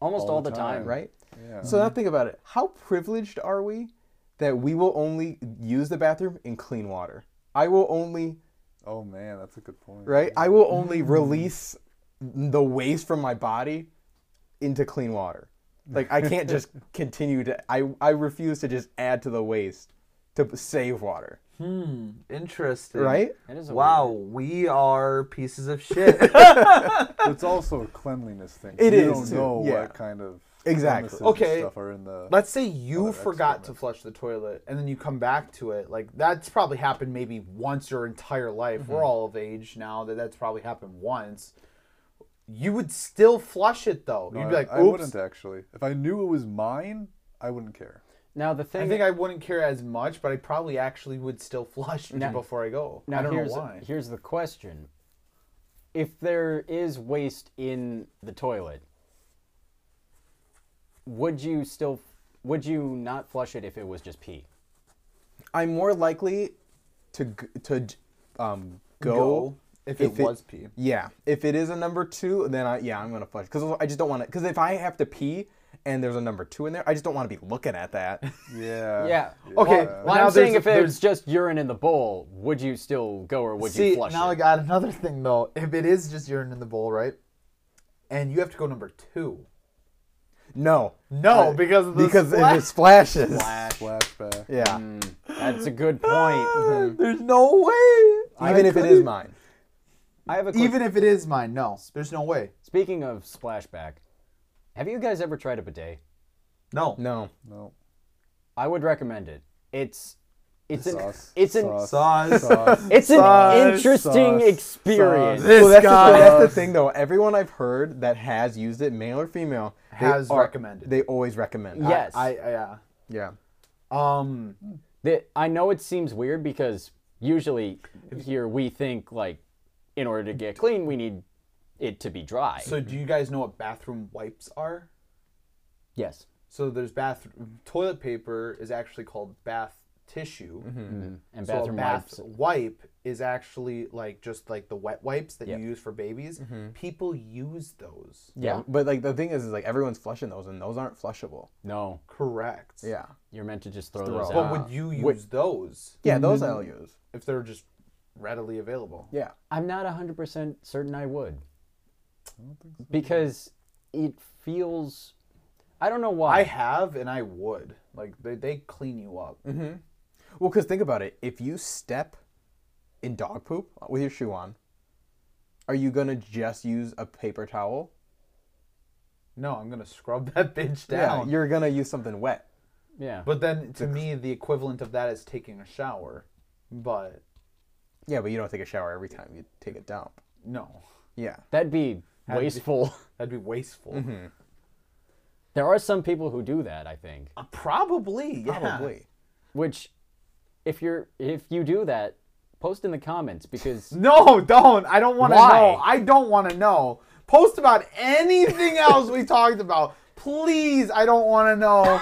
Almost all, the time.
right?
Yeah.
So now think about it. How privileged are we that we will only use the bathroom in clean water? I will only,
Oh man, that's a good point.
right? I will only
Mm.
release the waste from my body into clean water. Like I can't just continue to I I refuse to just add to the waste to save water,
interesting.
right?
It is a
Wow,
weird-
we are pieces of shit.
It's also a cleanliness thing.
It
you
is,
don't
too.
know
Yeah.
what kind of
Exactly.
premises and
Okay.
stuff are in the.
Let's say you
Other
forgot to
experiments.
flush the toilet and then you come back to it. Like that's probably happened maybe once your entire life. We're all of age now that that's probably happened once. You would still flush it though.
No,
You'd be like,
I, I
"Oops."
wouldn't actually. If I knew it was mine, I wouldn't care.
Now the thing.
I think I wouldn't care as much, but I probably actually would still flush before I go.
Now
I don't know
here's,
why.
Here's the question: If there is waste in the toilet, would you still would you not flush it if it was just pee?
I'm more likely to g- to um go,
Go if it was pee.
Yeah, if it is a number two, then I yeah I'm gonna flush because I just don't want to. Because if I have to pee and there's a number two in there. I just don't want to be looking at that.
Yeah.
Yeah.
Okay,
Yeah.
Well,
Now
I'm saying
there's-
if it was just urine in the bowl, would you still go or would
See,
you flush
now
it?
I got another thing though. If it is just urine in the bowl, right? And you have to go number two.
No,
No, because of the Mm.
because
splat-
it splashes.
Flashback.
Yeah,
That's a good point.
there's no way.
even
I
if it is
couldn't-
mine.
I have a quick,
Even if it is mine, no, there's no way.
Speaking of splashback, have you guys ever tried a bidet?
No,
No,
No.
I would recommend it. It's it's an
Sauce.
it's an
Sauce.
sauce.
Sauce.
it's an
Sauce,
interesting
sauce,
experience.
sauce.
This
Well, that's,
guy
the, that's the thing though. Everyone I've heard that has used it, male or female, they
Has
are-
recommended.
They always recommend. it.
Yeah. Yes.
I, I yeah.
yeah.
Um,
Th- I know it seems weird because usually here we think like in order to get clean we need it to be dry.
so do you guys know what bathroom wipes are?
yes.
So there's bath toilet paper is actually called bath tissue.
And
Mm-hmm. So a
bathroom
bath
wipes.
wipe is actually like just like the wet wipes that you use for babies. People use those.
Yeah.
But like the thing is, is like everyone's flushing those, and those aren't flushable.
No.
Correct.
Yeah.
You're meant to just throw
throw
those
it.
But
out.
would you use
Wait.
those
Yeah, those I'll use.
if they're just readily available?
Yeah.
I'm not 100% certain I would. Because it feels I don't know why.
I have and I would. Like they, they clean you up.
Mm-hmm.
Well, because think about it. If you step in dog poop with your shoe on, are you gonna just use a paper towel?
No, I'm gonna scrub that bitch down.
You're gonna use something wet.
yeah.
but then to me the equivalent of that is taking a shower. But
Yeah, but you don't take a shower every time you take a dump.
no.
Yeah.
That'd be wasteful.
That'd be wasteful.
Mm-hmm. there are some people who do that, I think.
Uh, probably, yeah.
Probably.
Which if you're if you do that, post in the comments because
No, don't. I don't want to
Why?
know. I don't want to know. Post about anything else we talked about. Please, I don't want to know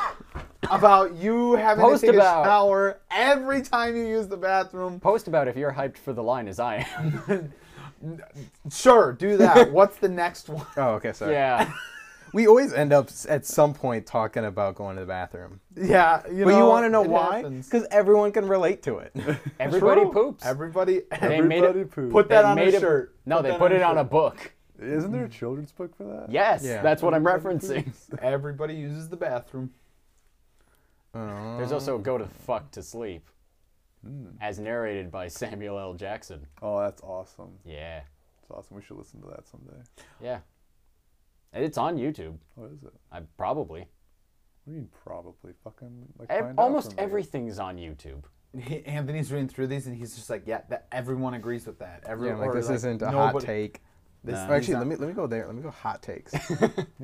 about you having
Post
to take
about-
a shower every time you use the bathroom.
post about if you're hyped for the line as I am.
Sure, do that. What's the next one?
Oh, okay. Sorry.
yeah.
We always end up s- at some point talking about going to the bathroom.
Yeah, you
But
know,
you want to know
it
why?
happens.
Because everyone can relate to it.
Everybody
True.
poops.
Everybody,
They made
everybody
it-
poops. Put that
They
on
made
a
it-
shirt.
No, they
that
put it on a
shirt.
book.
Isn't there a children's book for that?
Yes,
Yeah.
that's what I'm referencing.
Everybody uses the bathroom.
There's also go to fuck to sleep, as narrated by Samuel L. Jackson.
Oh, that's awesome.
Yeah,
It's awesome. We should listen to that someday.
yeah. And it's on YouTube.
What is it? What
I probably. E,
do you mean probably? Fucking like
Ev-
find out
almost
someday.
everything's on YouTube.
He, Anthony's reading through these and he's just like, yeah, that everyone agrees with that.
Yeah,
Everyone,
like
or,
this
like,
isn't a hot
nobody-
take.
This,
Or actually, let me let me go there. Let me go hot takes.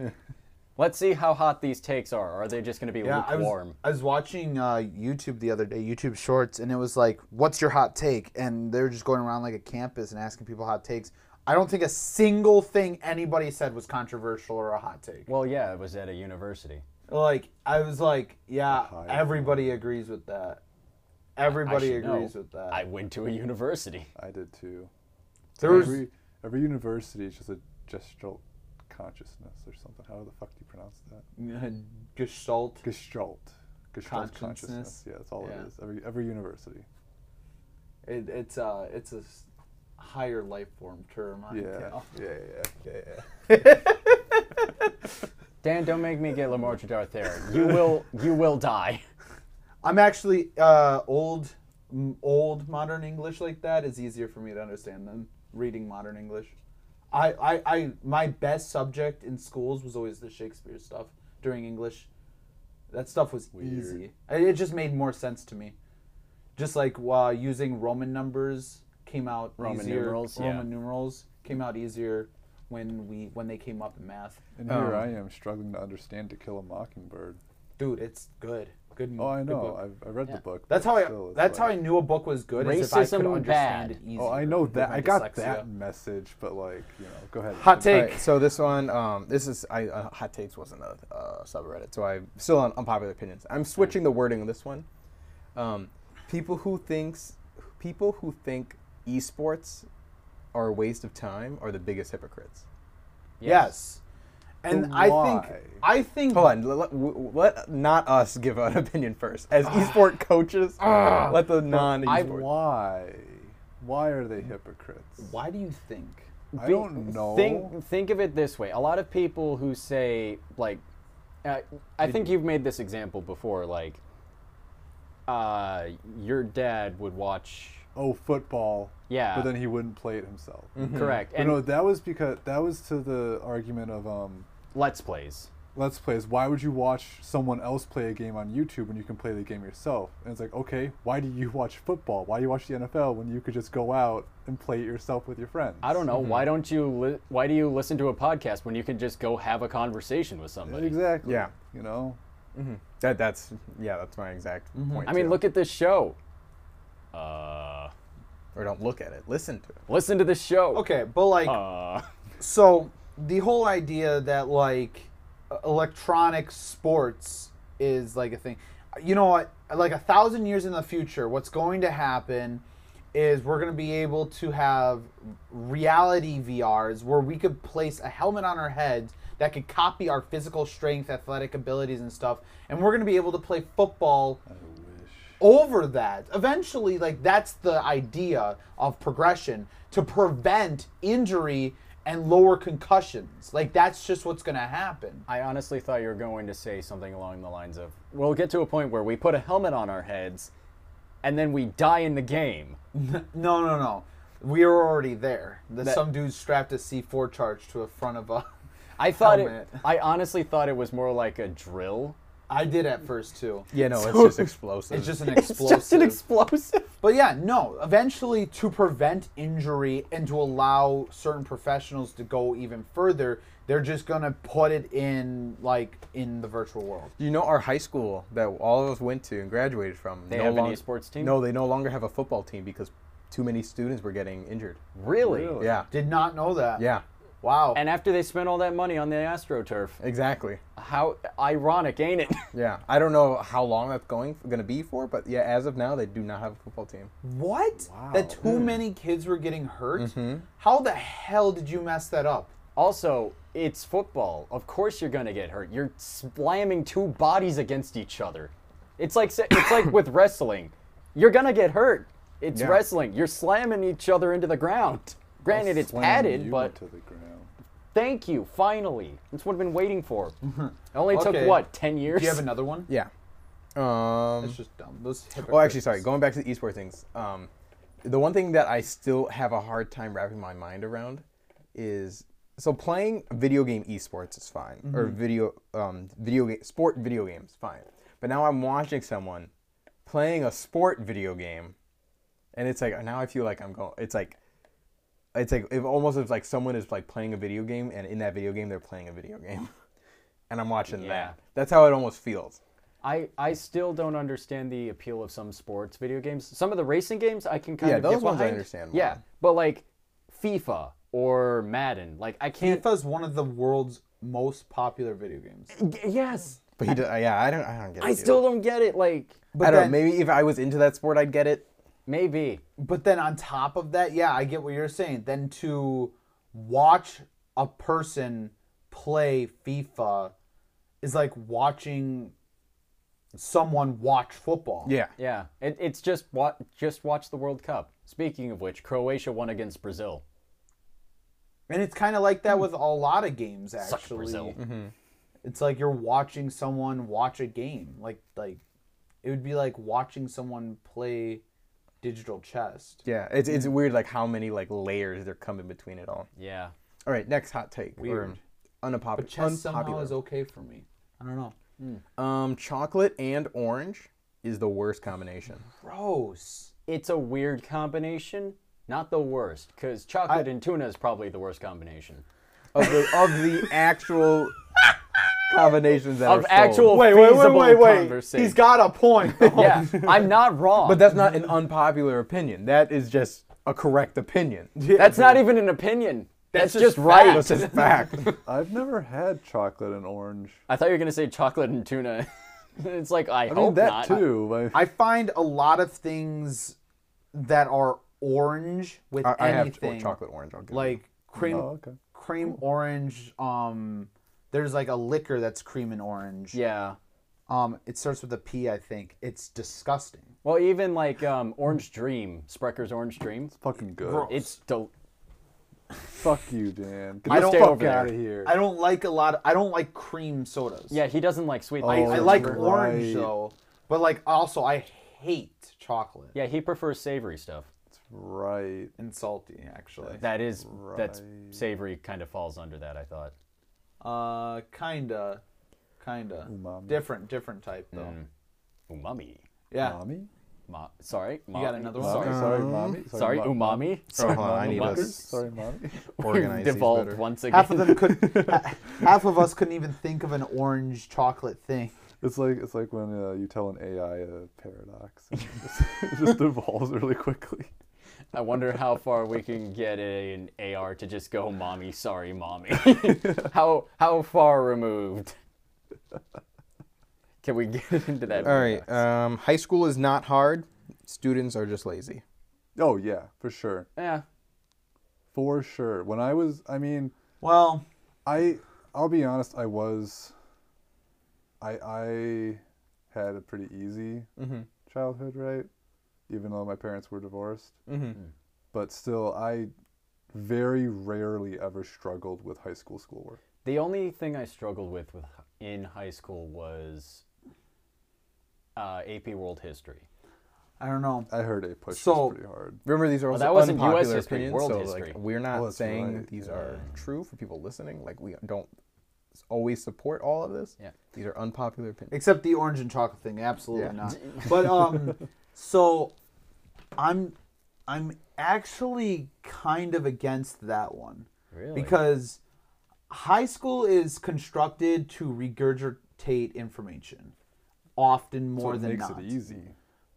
Let's see how hot these takes are. Are they just going to be lukewarm?
I was, I was watching uh, YouTube the other day, YouTube Shorts, and it was like, "What's your hot take?" And they were just going around like a campus and asking people hot takes. I don't think a single thing anybody said was controversial or a hot take.
Well, yeah, it was at a university.
Like I was like, "Yeah, everybody agrees with that. Everybody
I should know.
agrees with that."
I went to a university.
I did too.
there was
every, every university is just a gestural consciousness or something. How the fuck do you pronounce that?
gestalt.
Gestalt. Gestalt
Consciousness?
consciousness. Yeah, that's all
Yeah.
it is. Every every university.
It, it's uh, it's a s- higher life form term. I
Yeah.
tell.
Yeah, yeah, yeah, yeah.
Dan, don't make me get Lamar Chidart there. You will, you will die.
I'm actually uh, old, m- old modern English like that is easier for me to understand than reading modern English. I, I, I my best subject in schools was always the Shakespeare stuff during English. That stuff was easy. I- It just made more sense to me. Just like uh, using Roman numbers came out
Roman
easier.
numerals, yeah.
Roman numerals came out easier when we when they came up in math.
And here I am struggling to understand To Kill a Mockingbird.
Dude, it's good. Good.
Oh, I
good
know.
book.
I've, I read the book.
That's
but
how I.
still, it's
that's how I
like-
knew a book was good. is if I could
Racism
understand
bad.
it easier.
Oh, I know
with
that.
my
I got
dyslexia.
that message, but like, you know, go ahead.
Hot
All
take.
right, so this one, um, this is I uh, hot takes wasn't a uh, subreddit, so I'm still on unpopular opinions. I'm switching the wording of this one. Um, people who thinks people who think esports are a waste of time are the biggest hypocrites.
Yes. And I think I think
Hold on. Let, let- w- w- let not us give an opinion first. As esport coaches, let the non
I,
esport.
why? Why are they hypocrites?
why do you think?
I don't know.
Think think of it this way: a lot of people who say like, uh, I think you've made this example before. Like, uh, your dad would watch.
oh, football.
Yeah.
But then he wouldn't play it himself.
Mm-hmm.
Correct.
Hmm. But
And
no, that was because that was to the argument of um,
let's plays.
let's plays. Why would you watch someone else play a game on YouTube when you can play the game yourself? And it's like, okay, why do you watch football? Why do you watch the NFL when you could just go out and play it yourself with your friends?
I don't know. Why don't you? Li- why do you listen to a podcast when you can just go have a conversation with somebody?
Exactly.
Yeah.
You know.
That that's yeah. That's my exact point.
I mean,
too.
look at this show. Uh,
or don't look at it. Listen to it.
listen to this show.
Okay, but like
Uh,
so the whole idea that like e- electronic sports is like a thing you know what like a thousand years in the future what's going to happen is we're going to be able to have reality vrs where we could place a helmet on our heads that could copy our physical strength athletic abilities and stuff and we're going to be able to play football over that. Eventually, like that's the idea of progression to prevent injury and lower concussions. Like that's just what's going to happen.
I honestly thought you were going to say something along the lines of, "We'll get to a point where we put a helmet on our heads, and then we die in the game."
No, no, no. We are already there. The, some dude strapped a C4 charge to the front of a.
I thought
Helmet.
it. I honestly thought it was more like a drill.
I did at first too.
Yeah, no, it's just explosive.
It's just an explosive.
explosive.
But yeah, no. Eventually, to prevent injury and to allow certain professionals to go even further, they're just gonna put it in like in the virtual world.
You know, our high school that all of us went to and graduated from. They
have an esports team?
No, they no longer have a football team because too many students were getting injured.
Really?
Really?
Yeah.
Did not know that.
Yeah.
Wow.
And after they spent all that money on the AstroTurf,
Exactly.
how ironic, ain't it?
Yeah. I don't know how long that's going going to be for, but yeah, as of now, they do not have a football team.
what? That too
Hmm.
many kids were getting hurt?
Mm-hmm.
How the hell did you mess that up?
also, it's football. Of course, you're gonna get hurt. You're slamming two bodies against each other. It's like sa- it's like with wrestling. You're gonna get hurt. It's
Yeah.
wrestling. You're slamming each other into the ground. Granted, it's
Slam
padded,
you
but
to the ground.
thank you. Finally, that's what I've been waiting for. it only
Okay.
took what ten years.
Do you have another one?
Yeah. Um.
That's just dumb. Those
Well, Mm-hmm. Oh, actually, sorry. Going back to the esports things, um, the one thing that I still have a hard time wrapping my mind around is so playing video game esports is fine, or
Mm-hmm.
video um, video game sport video games fine. But now I'm watching someone playing a sport video game, and it's like now I feel like I'm going. It's like it's like it almost if like someone is like playing a video game, and in that video game they're playing a video game, and I'm watching
Yeah.
that. That's how it almost feels.
I, I still don't understand the appeal of some sports video games. Some of the racing games I can kind
Yeah,
of
those
get
ones I
behind.
understand more.
Yeah, but like FIFA or Madden, like I can't.
FIFA is one of the world's most popular video games.
Yes,
But he, d- yeah, I don't, I don't get it.
I
dude.
still don't get it. Like
I don't
then-
know. Maybe if I was into that sport, I'd get it.
maybe
But then on top of that, yeah, I get what you're saying. Then to watch a person play FIFA is like watching someone watch football.
Yeah, it, it's just wa- just watch the World Cup. Speaking of which, Croatia won against Brazil.
And it's kind of like that with a lot of games actually.
Hmm. Brazil.
It's like you're watching someone watch a game. Like like it would be like watching someone play digital chess.
Yeah. It's it's weird, like how many like layers there come in between it all.
Yeah,
All right, next hot take.
Weird.
Or unapopu-
But chess somehow
unpopular.
is okay for me. I don't know.
um, chocolate and orange is the worst combination.
Gross.
it's a weird combination. Not the worst, because chocolate and tuna is probably the worst combination
Of the of the actual combinations that
of
are sold.
actual feasible conversation.
He's got a point.
yeah, I'm not wrong.
But that's not an unpopular opinion. That is just a correct opinion.
That's not even an opinion. That's,
That's
just,
just
right.
That's just fact.
I've never had chocolate and orange.
I thought you were gonna say chocolate and tuna. it's like I,
I
hope
mean that
not.
too. but-
I find a lot of things that are orange with
I, I have ch-
anything
chocolate orange. I'll give it.
like cream
Oh, okay.
cream orange um There's like a liquor that's cream and orange.
Yeah.
Um, it starts with a P, I think. It's disgusting.
Well, even like um, Orange Dream, Sprecker's Orange Dream.
Fucking good.
Bro,
It's del-
Fuck you, Dan. Get
I
the
don't-
fuck
Stay over
out of
there.
here.
I don't like a lot. I don't like cream sodas.
yeah. He doesn't like sweet.
I,
things.
Oh,
I like
right.
orange though, but like also I hate chocolate
Yeah, he prefers savory stuff.
Right.
and salty actually.
That is that's savory. Kind of falls under that. I thought.
Uh, kinda, kinda
Umami.
different, different type though.
Umami.
Yeah,
Mommy?
Ma- sorry. Ma-
got another one?
Sorry.
Mommy?
Sorry,
Sorry, mommy. mo-
umami. Sorry,
hold on, I need
umami.
us-
Sorry, mommy.
Organize these
Devolved
better.
once again.
half of them could, ha- half of us couldn't even think of an orange chocolate thing.
It's like it's like when uh, you tell an AI a paradox. and It just, it just evolves really quickly.
I wonder how far we can get a- an AR to just go, mommy, sorry, mommy. how how far removed? Can we get into that?
All right. Um, high school is not hard. Students are just lazy.
Oh yeah, for sure,
Yeah.
for sure. When I was, I mean,
Well,
I I'll be honest, I was. I I had a pretty easy
Mm-hmm.
childhood, right? Even though my parents were divorced,
Mm-hmm.
but still, I very rarely ever struggled with high school schoolwork.
The only thing I struggled with, with in high school was uh, AP World History.
I don't know.
I heard it pushed
So-
pretty hard.
Remember, these are
Well,
also
that wasn't
unpopular
US history,
opinions,
world
so
history.
like we're not
Oh, that's
saying
right,
that these are true for people listening. Like we don't always support all of this.
Yeah.
These are unpopular opinions.
except the orange and chocolate thing absolutely
Yeah.
not but um so i'm i'm actually kind of against that one
Really?
because high school is constructed to regurgitate information often
So
more
it
than
makes
not
it easy.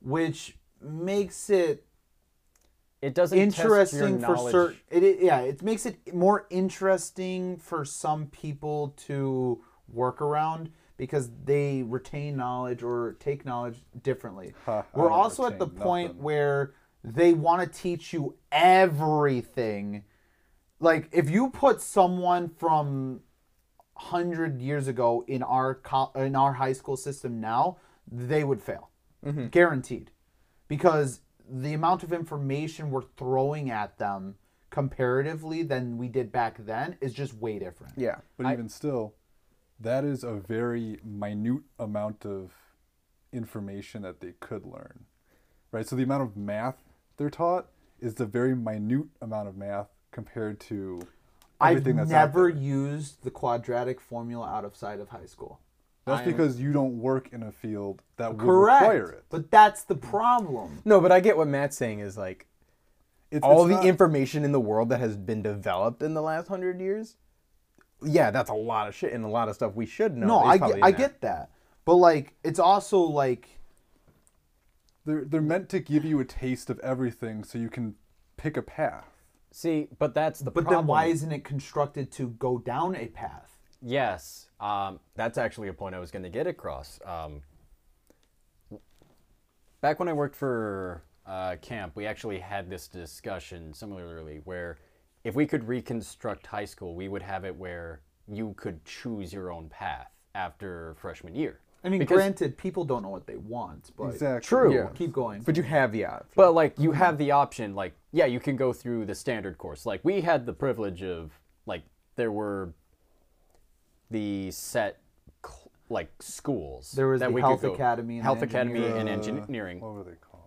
which makes it
It doesn't
interesting
test
for
your knowledge.
certain it, it- yeah it makes it more interesting for some people to work around because they retain knowledge or take knowledge differently
Ha, I
we're
don't
also at the
retain
point
nothing.
where they want to teach you everything like if you put someone from 100 years ago in our co- in our high school system now they would fail
Mm-hmm.
guaranteed because the amount of information we're throwing at them comparatively than we did back then is just way different
yeah.
But even still, that is a very minute amount of information that they could learn. Right? So the amount of math they're taught is the very minute amount of math compared to
i've
everything that's out
never
there.
used the quadratic formula out of sight of high school
That's because you don't work in a field that would require
correct
it.
but that's the problem
No, but I get what Matt's saying is like
It's,
all
it's
the
not-
information in the world that has been developed in the last hundred years. Yeah, that's a lot of shit and a lot of stuff we should know.
no
is
I
probably
get,
in
I
that.
get that but like it's also like
they're they're meant to give you a taste of everything so you can pick a path.
See, but that's the
but
problem.
then why isn't it constructed to go down a path
Yes, um, that's actually a point I was going to get across. Um, back when I worked for uh, camp, we actually had this discussion similarly, where if we could reconstruct high school, we would have it where you could choose your own path after freshman year.
i mean
Because-
granted people don't know what they want but
Exactly.
True.
Yeah.
keep going
But you have the option.
But like you have the option, like yeah, you can go through the standard course. Like we had the privilege of like there were the set cl- like schools
There was
that
the
we
Health
could go.
Academy and the
health academy and
Uh,
engineering,
What were they called?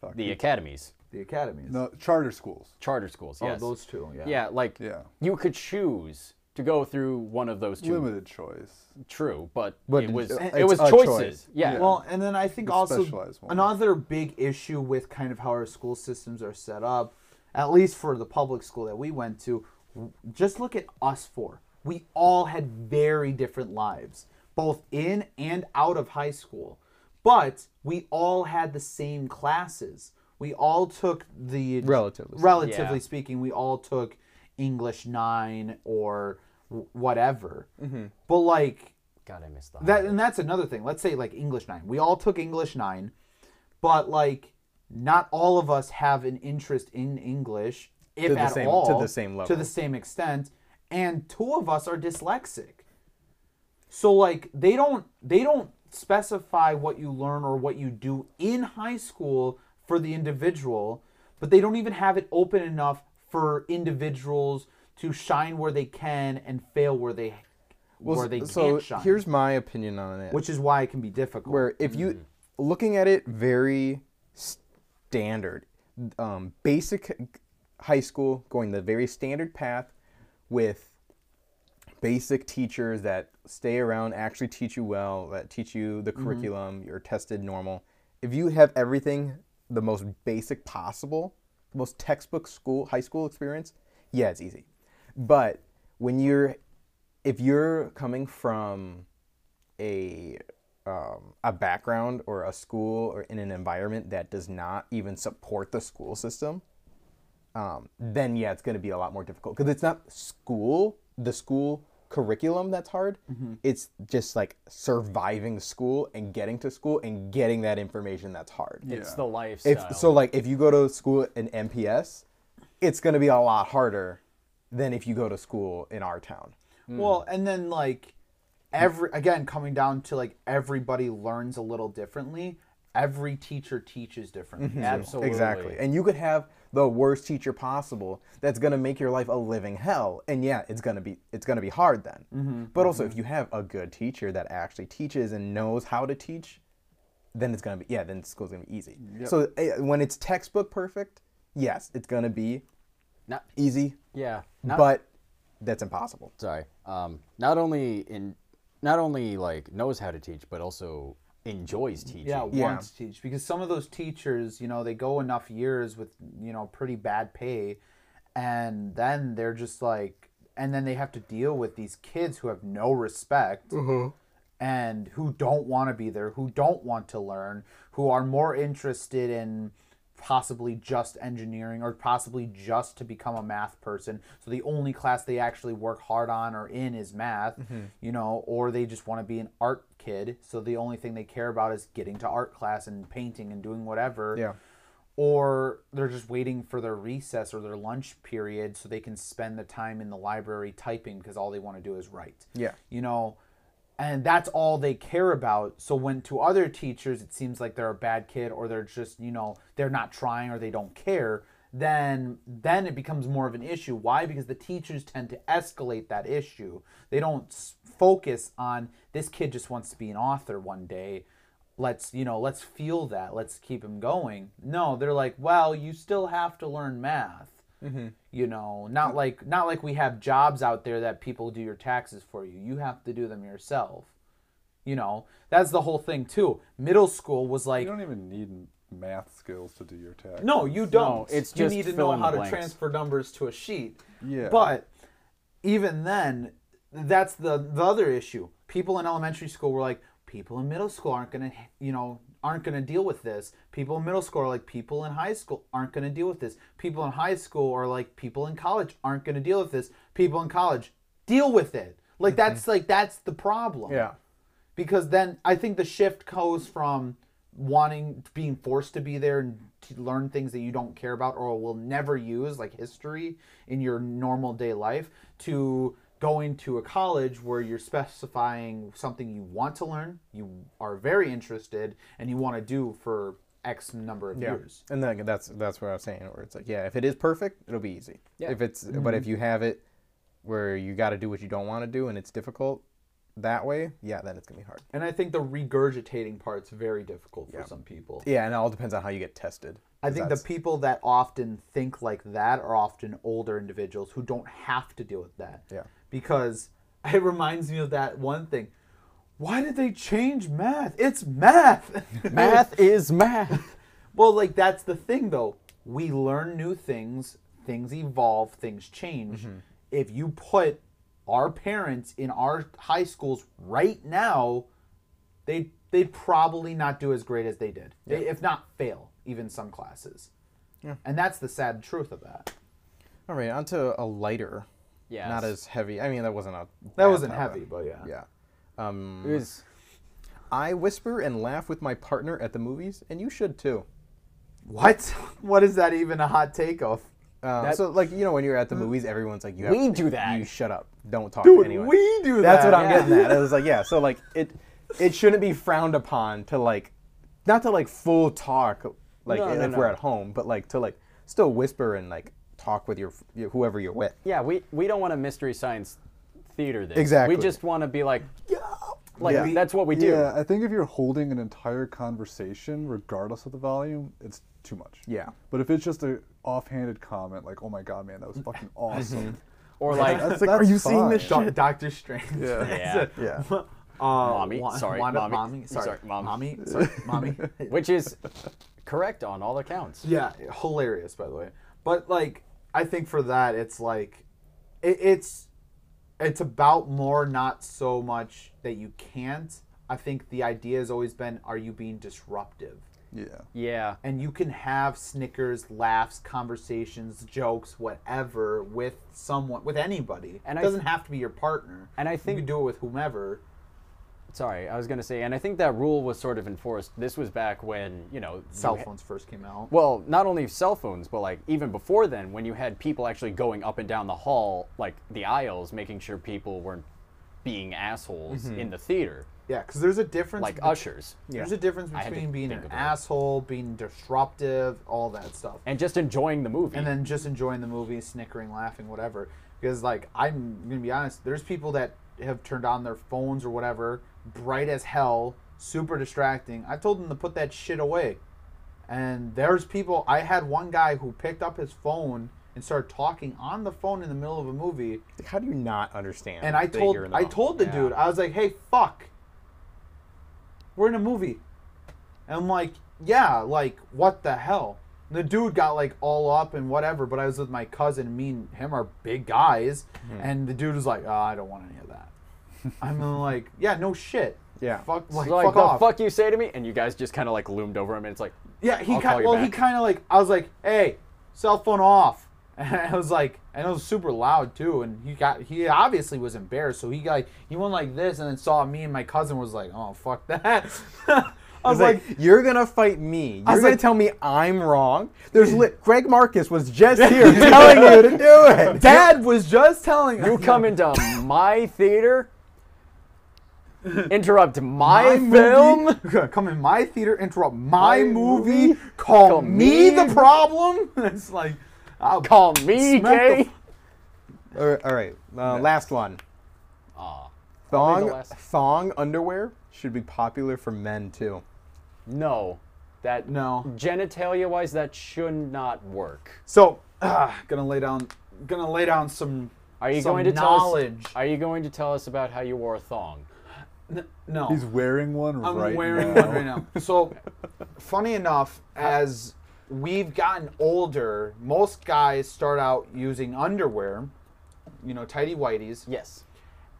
Fuck.
the academies,
the academies
no, charter schools.
charter schools.
oh
Yes,
those two yeah
yeah, like
Yeah.
you could choose to go through one of those two.
Limited choice.
True, but,
But
it was
it's
it was
a
choices.
choice.
Yeah.
Well, and then I think
The
also
specialized one.
another big issue with kind of how our school systems are set up, at least for the public school that we went to, w- just look at us four. We all had very different lives, both in and out of high school. But we all had the same classes. We all took the
Relatively speaking.
relatively
Yeah.
speaking, we all took English 9 or w- whatever. But like
God, I missed that.
that and that's another thing. Let's say like English 9. We all took English 9, but like not all of us have an interest in English if
To the
at
same-
all
to the same
to
level.
the same extent and two of us are dyslexic. So like they don't they don't specify what you learn or what you do in high school for the individual, but they don't even have it open enough for individuals to shine where they can and fail where they
Well,
where they
so
can't shine.
here's my opinion on it.
which is why it can be difficult.
where if you looking at it very standard um, basic high school going the very standard path with basic teachers that stay around actually teach you well that teach you the curriculum you're tested normal if you have everything the most basic possible the most textbook school high school experience yeah it's easy but when you're if you're coming from a um, a background or a school or in an environment that does not even support the school system, um, then yeah, it's going to be a lot more difficult because it's not school, the school curriculum that's hard. It's just like surviving school and getting to school and getting that information that's hard.
It's the lifestyle.
If so, like if you go to school in MPS, it's going to be a lot harder than if you go to school in our town.
Well, and then like every again coming down to like everybody learns a little differently. Every teacher teaches differently.
Mm-hmm.
Absolutely.
Exactly. And you could have the worst teacher possible that's going to make your life a living hell. And yeah, it's going to be it's going to be hard then.
Mm-hmm.
But also if you have a good teacher that actually teaches and knows how to teach, then it's going to be yeah, then school's going to be easy. So eh, when it's textbook perfect, yes, it's going to be
Not-
easy,
yeah. Not,
but that's impossible.
sorry. Um, not only in, not only like knows how to teach, but also enjoys teaching.
Yeah,
Yeah.
wants to teach because some of those teachers, you know, they go enough years with you know pretty bad pay, and then they're just like, and then they have to deal with these kids who have no respect.
Mm-hmm.
And who don't want to be there, who don't want to learn, who are more interested in possibly just engineering or possibly just to become a math person. So the only class they actually work hard on or in is math,
Mm-hmm.
you know, or they just want to be an art kid. So the only thing they care about is getting to art class and painting and doing whatever.
Yeah.
Or they're just waiting for their recess or their lunch period so they can spend the time in the library typing because all they want to do is write.
Yeah.
You know, and that's all they care about. So when to other teachers it seems like they're a bad kid or they're just, you know, they're not trying or they don't care, then then it becomes more of an issue. Why? Because the teachers tend to escalate that issue. They don't s- focus on this kid just wants to be an author one day. Let's, you know, let's fuel that. Let's keep him going. No, they're like, well, you still have to learn math. You know, not like not like we have jobs out there that people do your taxes for you. You have to do them yourself. You know, that's the whole thing too. Middle school was like,
You don't even need math skills to do your tax.
no, you don't.
it's
you
just
need to
fill
know
in the
how to
blanks.
transfer numbers to a sheet.
Yeah.
But even then, that's the the other issue. People in elementary school were like, people in middle school aren't gonna, you know, aren't gonna deal with this. People in middle school are like, people in high school aren't gonna deal with this. People in high school are like, people in college aren't gonna deal with this. People in college deal with it.
Mm-hmm.
Like that's like that's the problem because then I think the shift goes from wanting being forced to be there and to learn things that you don't care about or will never use like history in your normal day life to going to a college where you're specifying something you want to learn, you are very interested and you want to do for X number of years.
And then that's that's what I was saying, where it's like, yeah, if it is perfect, it'll be easy.
Yeah.
If it's
Mm-hmm.
but if you have it where you gotta do what you don't wanna do and it's difficult that way, yeah, then it's gonna be hard.
And I think the regurgitating part's very difficult for some people.
Yeah, and it all depends on how you get tested.
I think the people that often think like that are often older individuals who don't have to deal with that.
Yeah.
Because it reminds me of that one thing. Why did they change math? It's math.
Math is math.
well, like that's the thing though. We learn new things, things evolve, things change.
Mm-hmm.
If you put our parents in our high schools right now, they they'd probably not do as great as they did. They, if not fail even some classes. And that's the sad truth of that.
All right, on to a lighter.
Yes.
Not as heavy. I mean that wasn't a
That
bad
wasn't
topic.
heavy, but yeah.
Yeah. Um,
It was-
I whisper and laugh with my partner at the movies, and you should too.
What? What is that even a hot take of?
Um, so like you know when you're at the movies, everyone's like, you
We
have-
do that.
You shut up. Don't talk to
Dude,
anyone.
we do
That's
that.
what I'm
Yeah.
getting at. It was like, yeah, so like it it shouldn't be frowned upon to like not to like full talk like
No,
if
no,
we're
no.
at home, but like to like still whisper and like talk with your, your whoever you're with.
Yeah, we we don't want to mystery science theater this.
Exactly.
We just want to be like, yeah, like
Yeah.
that's what we do.
Yeah, I think if you're holding an entire conversation, regardless of the volume, it's too much.
Yeah.
But if it's just a offhanded comment like, "Oh my god, man, that was fucking
Mm-hmm.
awesome,"
Or like,
that's like, "Are you seeing this
Do- Doctor Strange. Yeah.
Yeah.
Yeah.
Uh,
Mommy,
Wa-
sorry,
Wanda-
mommy,
Sorry.
sorry, mom.
Mommy. Sorry. Mommy.
which is correct on all accounts.
yeah. Hilarious, by the way. But like, I think for that, it's like, it, it's, it's about more, not so much that you can't. I think the idea has always been, are you being disruptive?
Yeah.
Yeah.
And you can have snickers, laughs, conversations, jokes, whatever, with someone, with anybody.
And
it
I-
doesn't have to be your partner.
and I
you
think-
can do it with whomever.
Sorry, I was gonna say, and I think that rule was sort of enforced. This was back when you know
Cell
you ha-
phones first came out.
Well, not only cell phones, but like even before then, when you had people actually going up and down the hall, like the aisles, making sure people weren't being assholes in the theater,
Yeah, because there's Mm-hmm. a difference.
like
bet-
ushers.
There's a difference
I had to
between being
think
an
about it.
asshole, being disruptive, all that stuff,
And just enjoying the movie.
and then just enjoying the movie, snickering, laughing, whatever. Because like I'm gonna be honest, there's people that have turned on their phones or whatever, bright as hell, super distracting. I told them to put that shit away. And there's people. I had one guy who picked up his phone and started talking on the phone in the middle of a movie.
Like, how do you not understand?
And I
that
told
you're in
I
wrong?
told the
Yeah.
dude, I was like, "Hey, fuck, we're in a movie," and I'm like, "Yeah, like what the hell?" And the dude got like all up and whatever, but I was with my cousin. Me and him are big guys, and the dude was like, oh, "I don't want any of that." I'm like, "Yeah, no shit."
Yeah.
Fuck,
It's
like,
like,
fuck
the
off.
fuck you say to me, and you guys just kind of like loomed over him, and it's like,
Yeah, he
I'll
kind
call you
well, he
back.
kind of like I was like, "Hey, cell phone off." And I was like, and it was super loud too. And he got he obviously was embarrassed, so he got he went like this, and then saw me and my cousin was like, "Oh fuck that." I
It's like,
was like,
you're gonna fight me. You're
was
gonna
like-
tell me I'm wrong. There's lit. Greg Marcus was just here telling you to do it.
"Dad was just telling
you come into my theater, interrupt
my
my, film.
movie, come in my theater, interrupt my,
My
movie,
movie,
call,
call me-
me, the problem." it's like, I'll
Call me
Smack
gay.
the
All right, all right. Uh, last one.
Aw,
Thong
last-
thong underwear should be popular for men too.
no, that
No.
genitalia wise, that should not work.
So, ah, gonna lay down, gonna lay down some.
Are you
some
going to tell
knowledge?
us? Are you going to tell us about how you wore a thong?
no,
He's wearing one
I'm
right
wearing
now.
one right now. So, funny enough, as we've gotten older, most guys start out using underwear, you know, tidy whities.
Yes.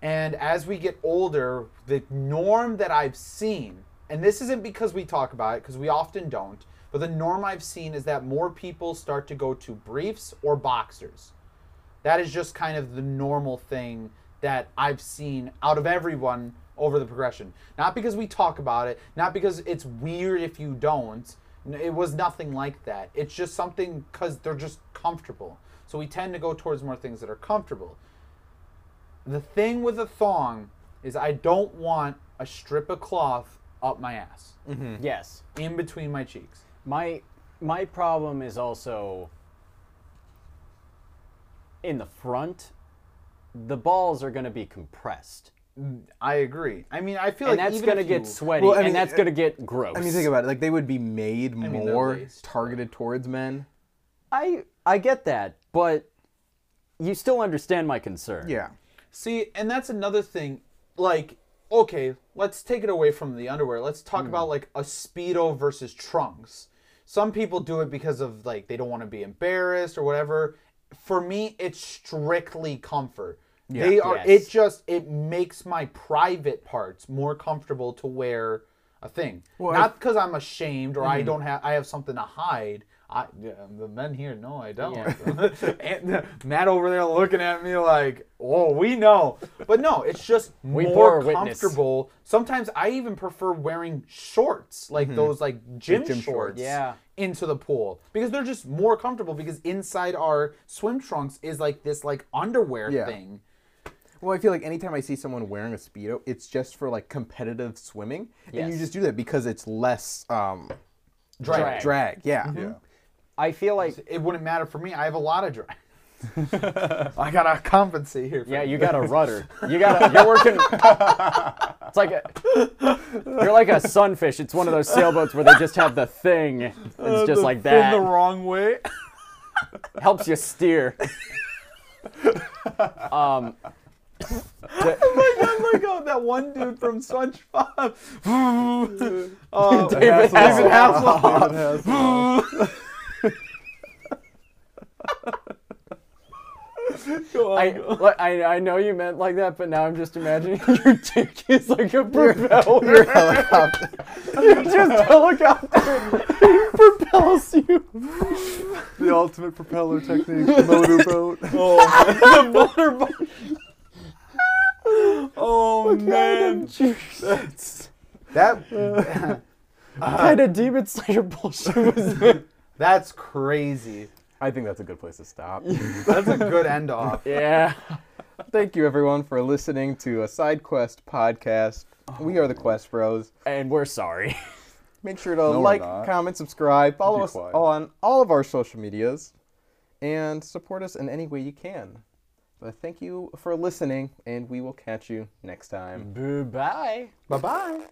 And as we get older, the norm that I've seen, and this isn't because we talk about it, because we often don't, but the norm I've seen is that more people start to go to briefs or boxers. That is just kind of the normal thing that I've seen out of everyone over the progression. Not because we talk about it, not because it's weird if you don't. N- It was nothing like that. It's just something because they're just comfortable. So we tend to go towards more things that are comfortable. The thing with a thong is I don't want a strip of cloth up my ass,
Yes.
in between my cheeks.
My my problem is also in the front. The balls are going to be compressed,
I agree. I mean, I feel
and
like
that's
even
going to
if
get
you-
sweaty,
Well, I mean, uh,
and that's going to get gross.
I mean, think about it. Like they would be made
mean, they're
more
laced, but-
targeted towards men.
I I get that, but you still understand my concern.
Yeah.
See, and that's another thing. Like, okay, let's take it away from the underwear. Let's talk about like a speedo versus trunks. Some people do it because of like they don't want to be embarrassed or whatever. For me, it's strictly comfort. they are.
Yes.
It just it makes my private parts more comfortable to wear a thing. Not because I'm ashamed or I don't have I have something to hide. I yeah, the men here, no, I don't. and uh, Matt over there looking at me like, oh, we know. But no, it's just
We bore
more
witness.
comfortable. Sometimes I even prefer wearing shorts, like
Mm-hmm.
those like gym,
gym
shorts,
shorts.
Yeah.
into the pool because they're just more comfortable. Because inside our swim trunks is like this like underwear
Yeah.
thing.
Well, I feel like anytime I see someone wearing a speedo, it's just for like competitive swimming, and you
Yes.
just do that because it's less um,
Drag.
drag. drag. Yeah.
Yeah.
I feel like
It wouldn't matter for me. I have a lot of drag. I gotta compensate here. For
yeah, you got a rudder. You got a, you're working. It's like a, you're like a sunfish. It's one of those sailboats where they just have the thing. It's just like that.
Uh, the wrong way.
helps you steer. um,
I'm like, oh, that one dude from SpongeBob. oh,
David
David
Hasselhoff.
Hasselhoff.
David Hasselhoff.
I, look, I I know you meant like that, but now I'm just imagining your dick is like a propeller. You're,
Helicopter.
just helicopter. It propels you.
the ultimate propeller technique, motorboat.
Oh. the motorboat. oh man, that
kind of Demon Slayer bullshit was that?
that's crazy.
I think that's a good place to stop.
That's a good end off.
Yeah.
Thank you, everyone, for listening to a Side Quest podcast.
Oh,
we are the Quest Bros.
And we're sorry.
Make sure to
we're
like,
not.
comment, subscribe, follow
Be
us
quiet.
on all of our social medias, and support us in any way you can. But thank you for listening, and we will catch you next time.
Bye bye.
Bye bye.